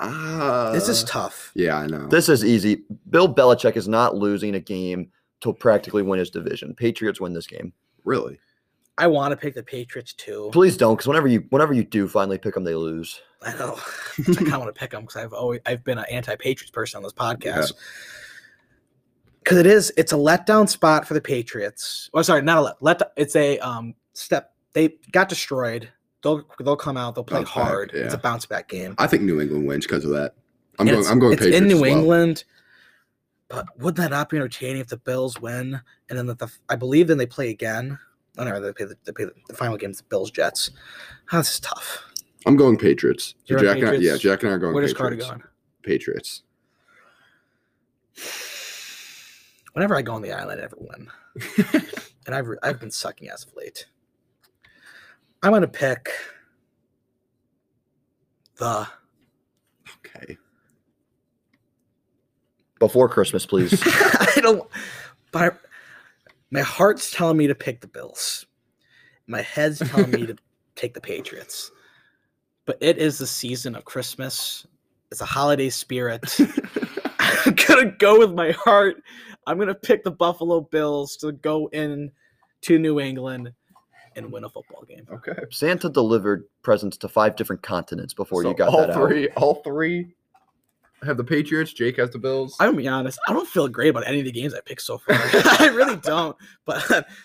B: Ah,
A: this is tough.
B: yeah, I know.
C: This is easy. Bill Belichick is not losing a game to practically win his division. Patriots win this game.
B: really,
A: I want to pick the Patriots too.
C: Please don't, because whenever you whenever you do finally pick them, they lose.
A: I know. I kind of want to pick them because I've always I've been an anti-Patriots person on this podcast. Because it is, it's a letdown spot for the Patriots. Oh, sorry, not a let. let it's a um step. They got destroyed. They'll they'll come out. They'll play
B: Bounce back,
A: hard. It's a
B: yeah.
A: bounce back game.
B: I think New England wins because of that. I'm
A: And
B: going.
A: it's-
B: I'm going
A: It's
B: Patriots
A: in
B: as
A: New
B: well.
A: England, but wouldn't that not be entertaining if the Bills win and then that the I believe then they play again. Oh no, they play the, they play the, the final game's the Bills Jets. Oh, this is tough.
B: I'm going Patriots.
A: You're on
B: Jack and I, yeah,
A: Patriots?
B: Jack and I are going.
A: Where does Carter
B: Patriots.
A: go? on?
B: Patriots.
A: Whenever I go on the island, I never win, and I've re- I've been sucking as of late. I'm gonna pick the
B: Okay.
C: Before Christmas, please.
A: I don't. But I, my heart's telling me to pick the Bills. My head's telling me to take the Patriots. But it is the season of Christmas. It's a holiday spirit. I'm gonna go with my heart. I'm gonna pick the Buffalo Bills to go in to New England and win a football game.
B: Okay.
C: Santa delivered presents to five different continents before
B: So
C: you got
B: all
C: that out.
B: three. All three have the Patriots. Jake has the Bills.
A: I'm gonna be honest. I don't feel great about any of the games I picked so far. I really don't. But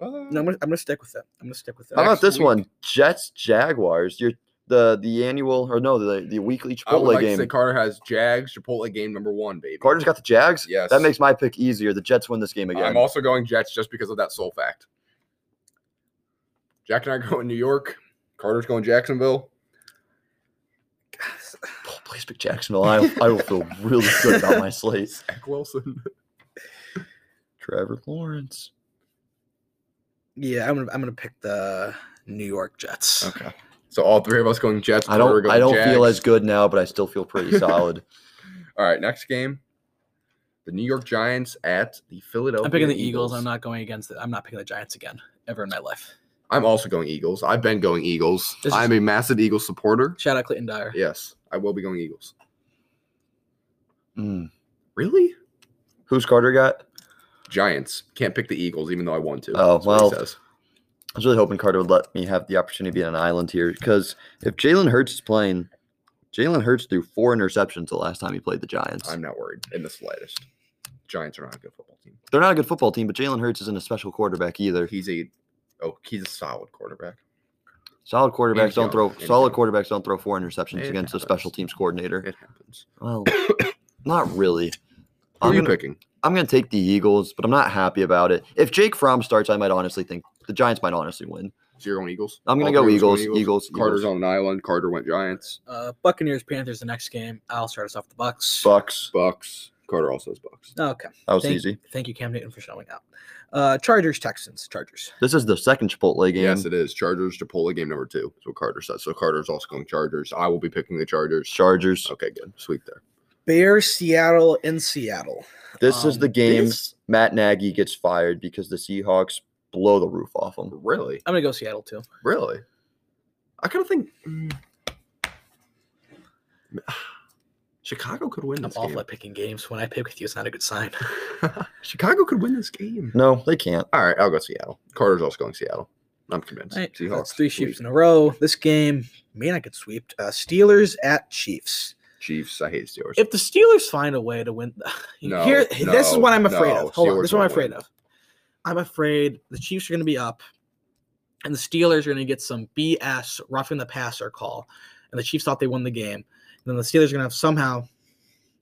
B: Uh,
A: no, I'm gonna, I'm gonna stick with it. I'm gonna stick with it.
C: How about
B: Next
C: this
B: week.
C: one? Jets Jaguars. Your the the annual or no the the weekly
B: I would
C: Chipotle
B: like to
C: game.
B: say Carter has Jags Chipotle game number one, baby.
C: Carter's got the Jags.
B: Yes.
C: that makes my pick easier. The Jets win this game again.
B: I'm also going Jets just because of that sole fact. Jack and I are going New York. Carter's going Jacksonville.
C: Oh, please pick Jacksonville. I I will feel really good about my slate.
B: Zach Wilson.
C: Trevor Lawrence.
A: Yeah, I'm gonna I'm gonna pick the New York Jets.
C: Okay.
B: So all three of us going Jets.
C: I
B: Carter
C: don't
B: going
C: I don't feel
B: Jags.
C: as good now, but I still feel pretty solid.
B: All right, next game. The New York Giants at the Philadelphia.
A: I'm picking the Eagles. I'm not going against. The, I'm not picking the Giants again ever in my life.
B: I'm also going Eagles. I've been going Eagles.
A: This is-
B: I'm a massive Eagles supporter.
A: Shout out Clayton Dyer.
B: Yes, I will be going Eagles.
C: Mm.
B: Really?
C: Who's Carter got?
B: Giants. Can't pick the Eagles, even though I want to.
C: Oh,
B: That's what he
C: well.
B: says.
C: I was really hoping Carter would let me have the opportunity to be on an island here because if Jalen Hurts is playing, Jalen Hurts threw four interceptions the last time he played the Giants.
B: I'm not worried in the slightest. Giants are not a good football team.
C: They're not a good football team, but Jalen Hurts isn't a special quarterback either.
B: He's a oh, he's a solid quarterback.
C: Solid
B: He's
C: quarterbacks don't
B: young,
C: throw
B: and
C: solid
B: young.
C: quarterbacks don't throw four interceptions
B: It
C: against a
B: happens.
C: special teams coordinator.
B: It happens.
C: Well, not really.
B: Who
C: I'm
B: are you
C: gonna,
B: picking?
C: I'm gonna take the Eagles, but I'm not happy about it. If Jake Fromm starts, I might honestly think the Giants might honestly win.
B: So you're going Eagles.
C: I'm gonna
B: All
C: go
B: three of us
C: Eagles,
B: going
C: Eagles, Eagles.
B: Carter's on an island. Carter went Giants.
A: Uh, Buccaneers Panthers the next game. I'll start us off the Bucks.
C: Bucks.
B: Bucks. Carter also has Bucks.
A: okay.
C: That was
A: Thank-
C: easy.
A: Thank you, Cam Newton, for showing up. Uh, Chargers Texans Chargers.
C: This is the second Chipotle game.
B: Yes, it is. Chargers Chipotle game number two. That's what Carter says. So Carter's also going Chargers. I will be picking the Chargers.
C: Chargers.
B: Okay, good. Sweet there.
A: Bears Seattle in Seattle.
C: This is
A: Um,
C: the game
A: this-
C: Matt Nagy gets fired because the Seahawks blow the roof off him.
B: Really?
A: I'm gonna go Seattle too.
B: Really? I kind of think mm, Chicago could win
A: I'm
B: this
A: awful at picking games. When I pick with you, it's not a good sign.
B: game. Chicago could win this game.
C: No, they can't.
B: All right, I'll go Seattle. Carter's also going Seattle. I'm convinced.
A: All right,
B: Seahawks.
A: that's three
B: sweet.
A: sweeps in a row. This game may not get sweeped. Uh, Steelers at Chiefs.
B: Chiefs. I hate Steelers.
A: If the Steelers find a way to win,
B: No,
A: here this is what I'm
B: no,
A: afraid of. Hold on,
B: Steelers
A: this is what I'm
B: won't
A: afraid
B: win.
A: of. I'm afraid the Chiefs are going to be up, and the Steelers are going to get some BS roughing the passer call, and the Chiefs thought they won the game. And then the Steelers are going to have somehow.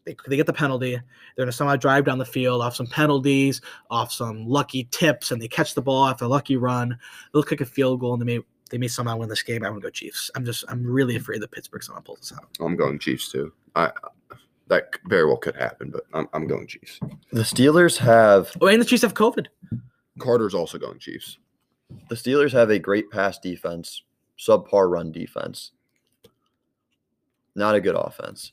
A: They, they get the penalty. They're going to somehow drive down the field off some penalties, off some lucky tips, and they catch the ball after a lucky run. They'll kick a field goal, and they may they may somehow win this game. I'm going to go Chiefs. I'm just I'm
B: Hmm.
A: really afraid that Pittsburgh's going to pull this out.
B: I'm going Chiefs too. I that c- very well could happen, but I'm, I'm going Chiefs.
C: The Steelers have
A: Oh, and the Chiefs have COVID.
B: Carter's also going Chiefs.
C: the Steelers have a great pass defense, subpar run defense. Not a good offense.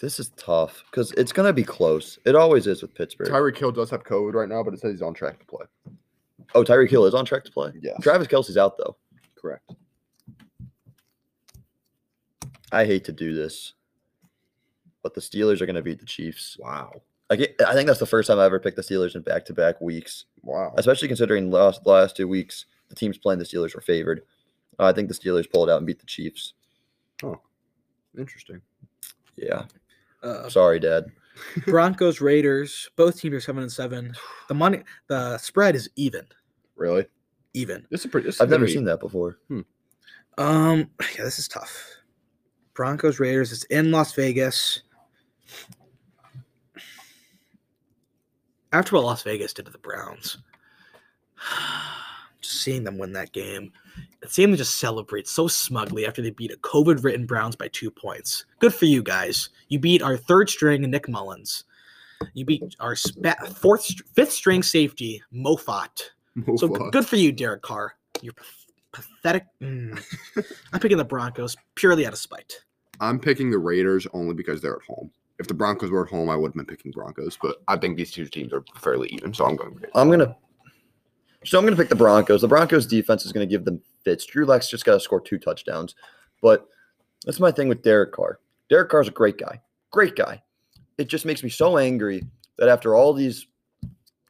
C: This is tough because it's gonna be close. It always is with Pittsburgh.
B: Tyreek Hill does have COVID right now, but it says he's on track to play.
C: oh, Tyreek Hill is on track to play.
B: Yes.
C: Travis Kelsey's out though.
B: Correct.
C: I hate to do this, but the Steelers are gonna beat the Chiefs.
B: Wow.
C: I, get, I think that's the first time I ever picked the Steelers in back to back weeks,
B: Wow.
C: especially considering last last two weeks the teams playing the Steelers were favored. Uh, I think the Steelers pulled out and beat the Chiefs.
B: Interesting.
C: Yeah,
A: Uh,
C: sorry, Dad.
A: Broncos, Raiders, both teams are seven and seven. The money, the spread is even,
B: Really?
A: even.
B: This is pretty. This
C: I've never seen that before.
A: Um, yeah, this is tough. Broncos, Raiders. It's in Las Vegas. After what Las Vegas did to the Browns, just seeing them win that game, and seeing them just celebrate so smugly after they beat a COVID-ridden Browns by two points. Good for you guys. You beat our third string Nick Mullins. You beat our spa- fourth, str- fifth string safety Mo Fott.
B: that.
A: So good for you, Derek Carr. You're path- pathetic. Mm. I'm picking the Broncos purely out of spite.
B: I'm picking the Raiders only because they're at home. If the Broncos were at home, I would have been picking Broncos, but I think these two teams are fairly even, so I'm going Raiders.
C: I'm gonna. So I'm gonna pick the Broncos. The Broncos defense is gonna give them fits. Drew Lex just gotta score two touchdowns, but that's my thing with Derek Carr. Derek Carr's a great guy, great guy. It just makes me so angry that after all these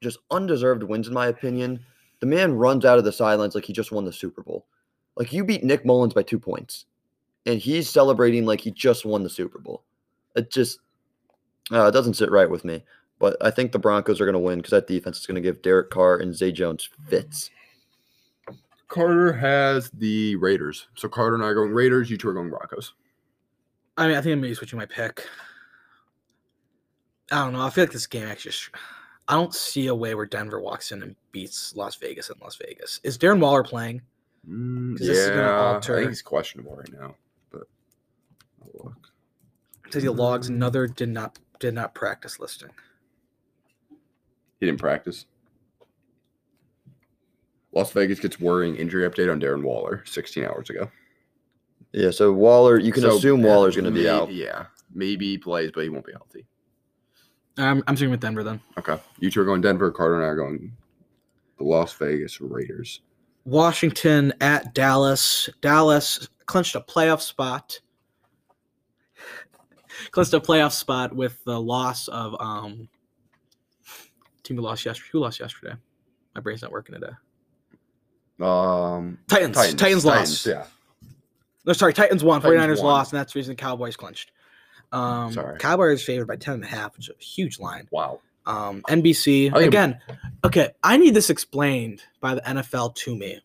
C: just undeserved wins, in my opinion, the man runs out of the sidelines like he just won the Super Bowl. Like you beat Nick Mullins by two points, and he's celebrating like he just won the Super Bowl. It just uh, it doesn't sit right with me. But I think the Broncos are going to win because that defense is going to give Derek Carr and Zay Jones fits.
B: Carter has the Raiders. So Carter and I are going Raiders. You two are going Broncos.
A: I mean, I think I'm maybe switching my pick. I don't know. I feel like this game actually. sh- I don't see a way where Denver walks in and beats Las Vegas in Las Vegas. Is Darren Waller playing?
B: Mm,
A: 'Cause this is gonna
B: yeah, I
A: alter-
B: think he's questionable right now. But I'll look.
A: Says he logs another did not did not practice listing.
B: he didn't practice. Las Vegas gets worrying injury update on Darren Waller 16 hours ago.
C: Yeah, so Waller, you can
B: So,
C: assume Waller's going to be
B: may-
C: out.
B: Yeah, maybe he plays, but he won't be healthy.
A: I'm I'm sticking with Denver then.
B: Okay, you two are going Denver. Carter and I are going the Las Vegas Raiders.
A: Washington at Dallas. Dallas clinched a playoff spot. clinched a playoff spot with the loss of um team who lost yesterday. Who lost yesterday? My brain's not working today.
B: Um,
A: Titans. Titans, lost.
B: Yeah,
A: No, sorry, Titans won.
B: Titans
A: 49ers
B: won.
A: lost, and that's the reason the Cowboys clinched. Um
B: Sorry.
A: Cowboys favored by 10 and a half, which is a huge line.
B: wow.
A: um, NBC
B: I am-
A: again. Okay, I need this explained by the NFL to me.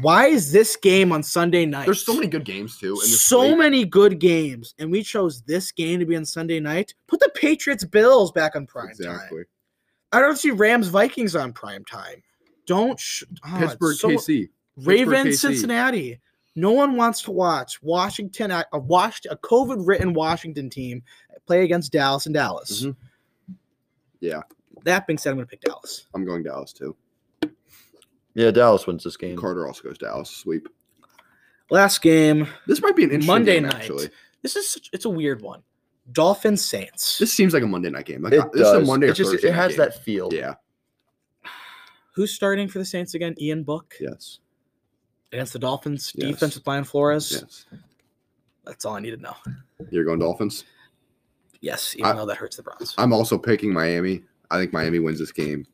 A: Why is this game on Sunday night?
B: There's so many good games too. And
A: so many good games, and we chose this game to be on Sunday night. Put the Patriots Bills back on prime time.
B: Exactly.
A: I don't see Rams Vikings on prime time. Don't sh- ah, it's
B: Pittsburgh,
A: so-
B: KC.
A: Ravens
B: KC.
A: Cincinnati. No one wants to watch Washington a washed a COVID ridden Washington team play against Dallas and Dallas.
B: Mhm. Yeah,
A: That being said, I'm going to pick Dallas.
B: I'm going Dallas too.
C: Yeah, Dallas wins this game.
B: Carter also goes Dallas sweep.
A: Last game.
B: This might be an interesting
A: Monday
B: game,
A: night.
B: Actually,
A: This is such, it's a weird one. Dolphins Saints.
B: this seems like a Monday night game. Like
C: It
B: uh, this
C: does.
B: is a Monday. or
C: it just
B: Thursday
C: it
B: night
C: has
B: game.
C: that feel.
B: Yeah.
A: Who's starting for the Saints again? Ian Book
B: Yes.
A: against the Dolphins
B: Yes.
A: defensive line Flores.
B: Yes.
A: That's all I need to know.
B: You're going Dolphins.
A: Yes, even
B: I-
A: though that hurts the Browns.
B: I'm also picking Miami. I think Miami wins this game.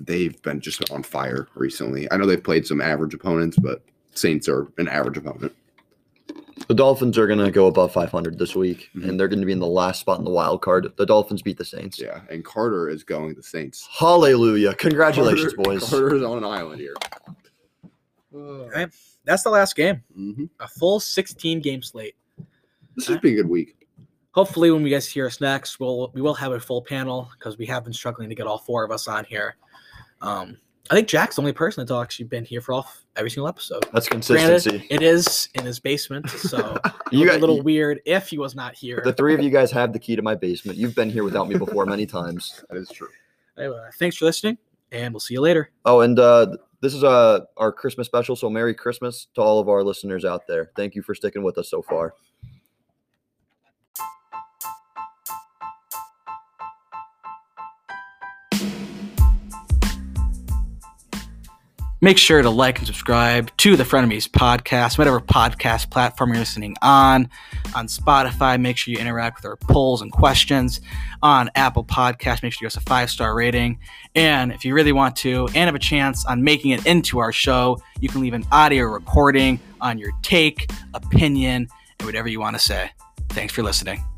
B: They've been just on fire recently. I know they've played some average opponents, but Saints are an average opponent.
C: The Dolphins are going to go above 500 this week,
B: Mhm.
C: and they're going to be in the last spot in the wild card. The Dolphins beat the Saints.
B: Yeah, and Carter is going the Saints.
C: Hallelujah! Congratulations,
B: Carter-
C: boys.
B: Carter is on an island here.
A: right. That's the last game.
B: Mhm.
A: A full 16 game slate.
B: This has been a good week.
A: Hopefully, when we guys hear us next, we'll we will have a full panel because we have been struggling to get all four of us on here. Um, I think Jack's the only person that's actually been here for all f- every single episode.
C: That's
A: Granted,
C: consistency.
A: it is in his basement, so
C: you
A: you
C: got
A: a little weird if he was not here.
C: the three of you guys have the key to my basement. You've been here without me before many times.
B: That is true.
A: Anyway, thanks for listening, and we'll see you later.
C: Oh, and uh, th- this is uh, our Christmas special. So, Merry Christmas to all of our listeners out there. Thank you for sticking with us so far.
A: Make sure to like and subscribe to the Frenemies podcast, whatever podcast platform you're listening on. On Spotify, make sure you interact with our polls and questions. On Apple Podcasts, make sure you give us a five star rating. And if you really want to and have a chance on making it into our show, you can leave an audio recording on your take, opinion, and whatever you want to say. Thanks for listening.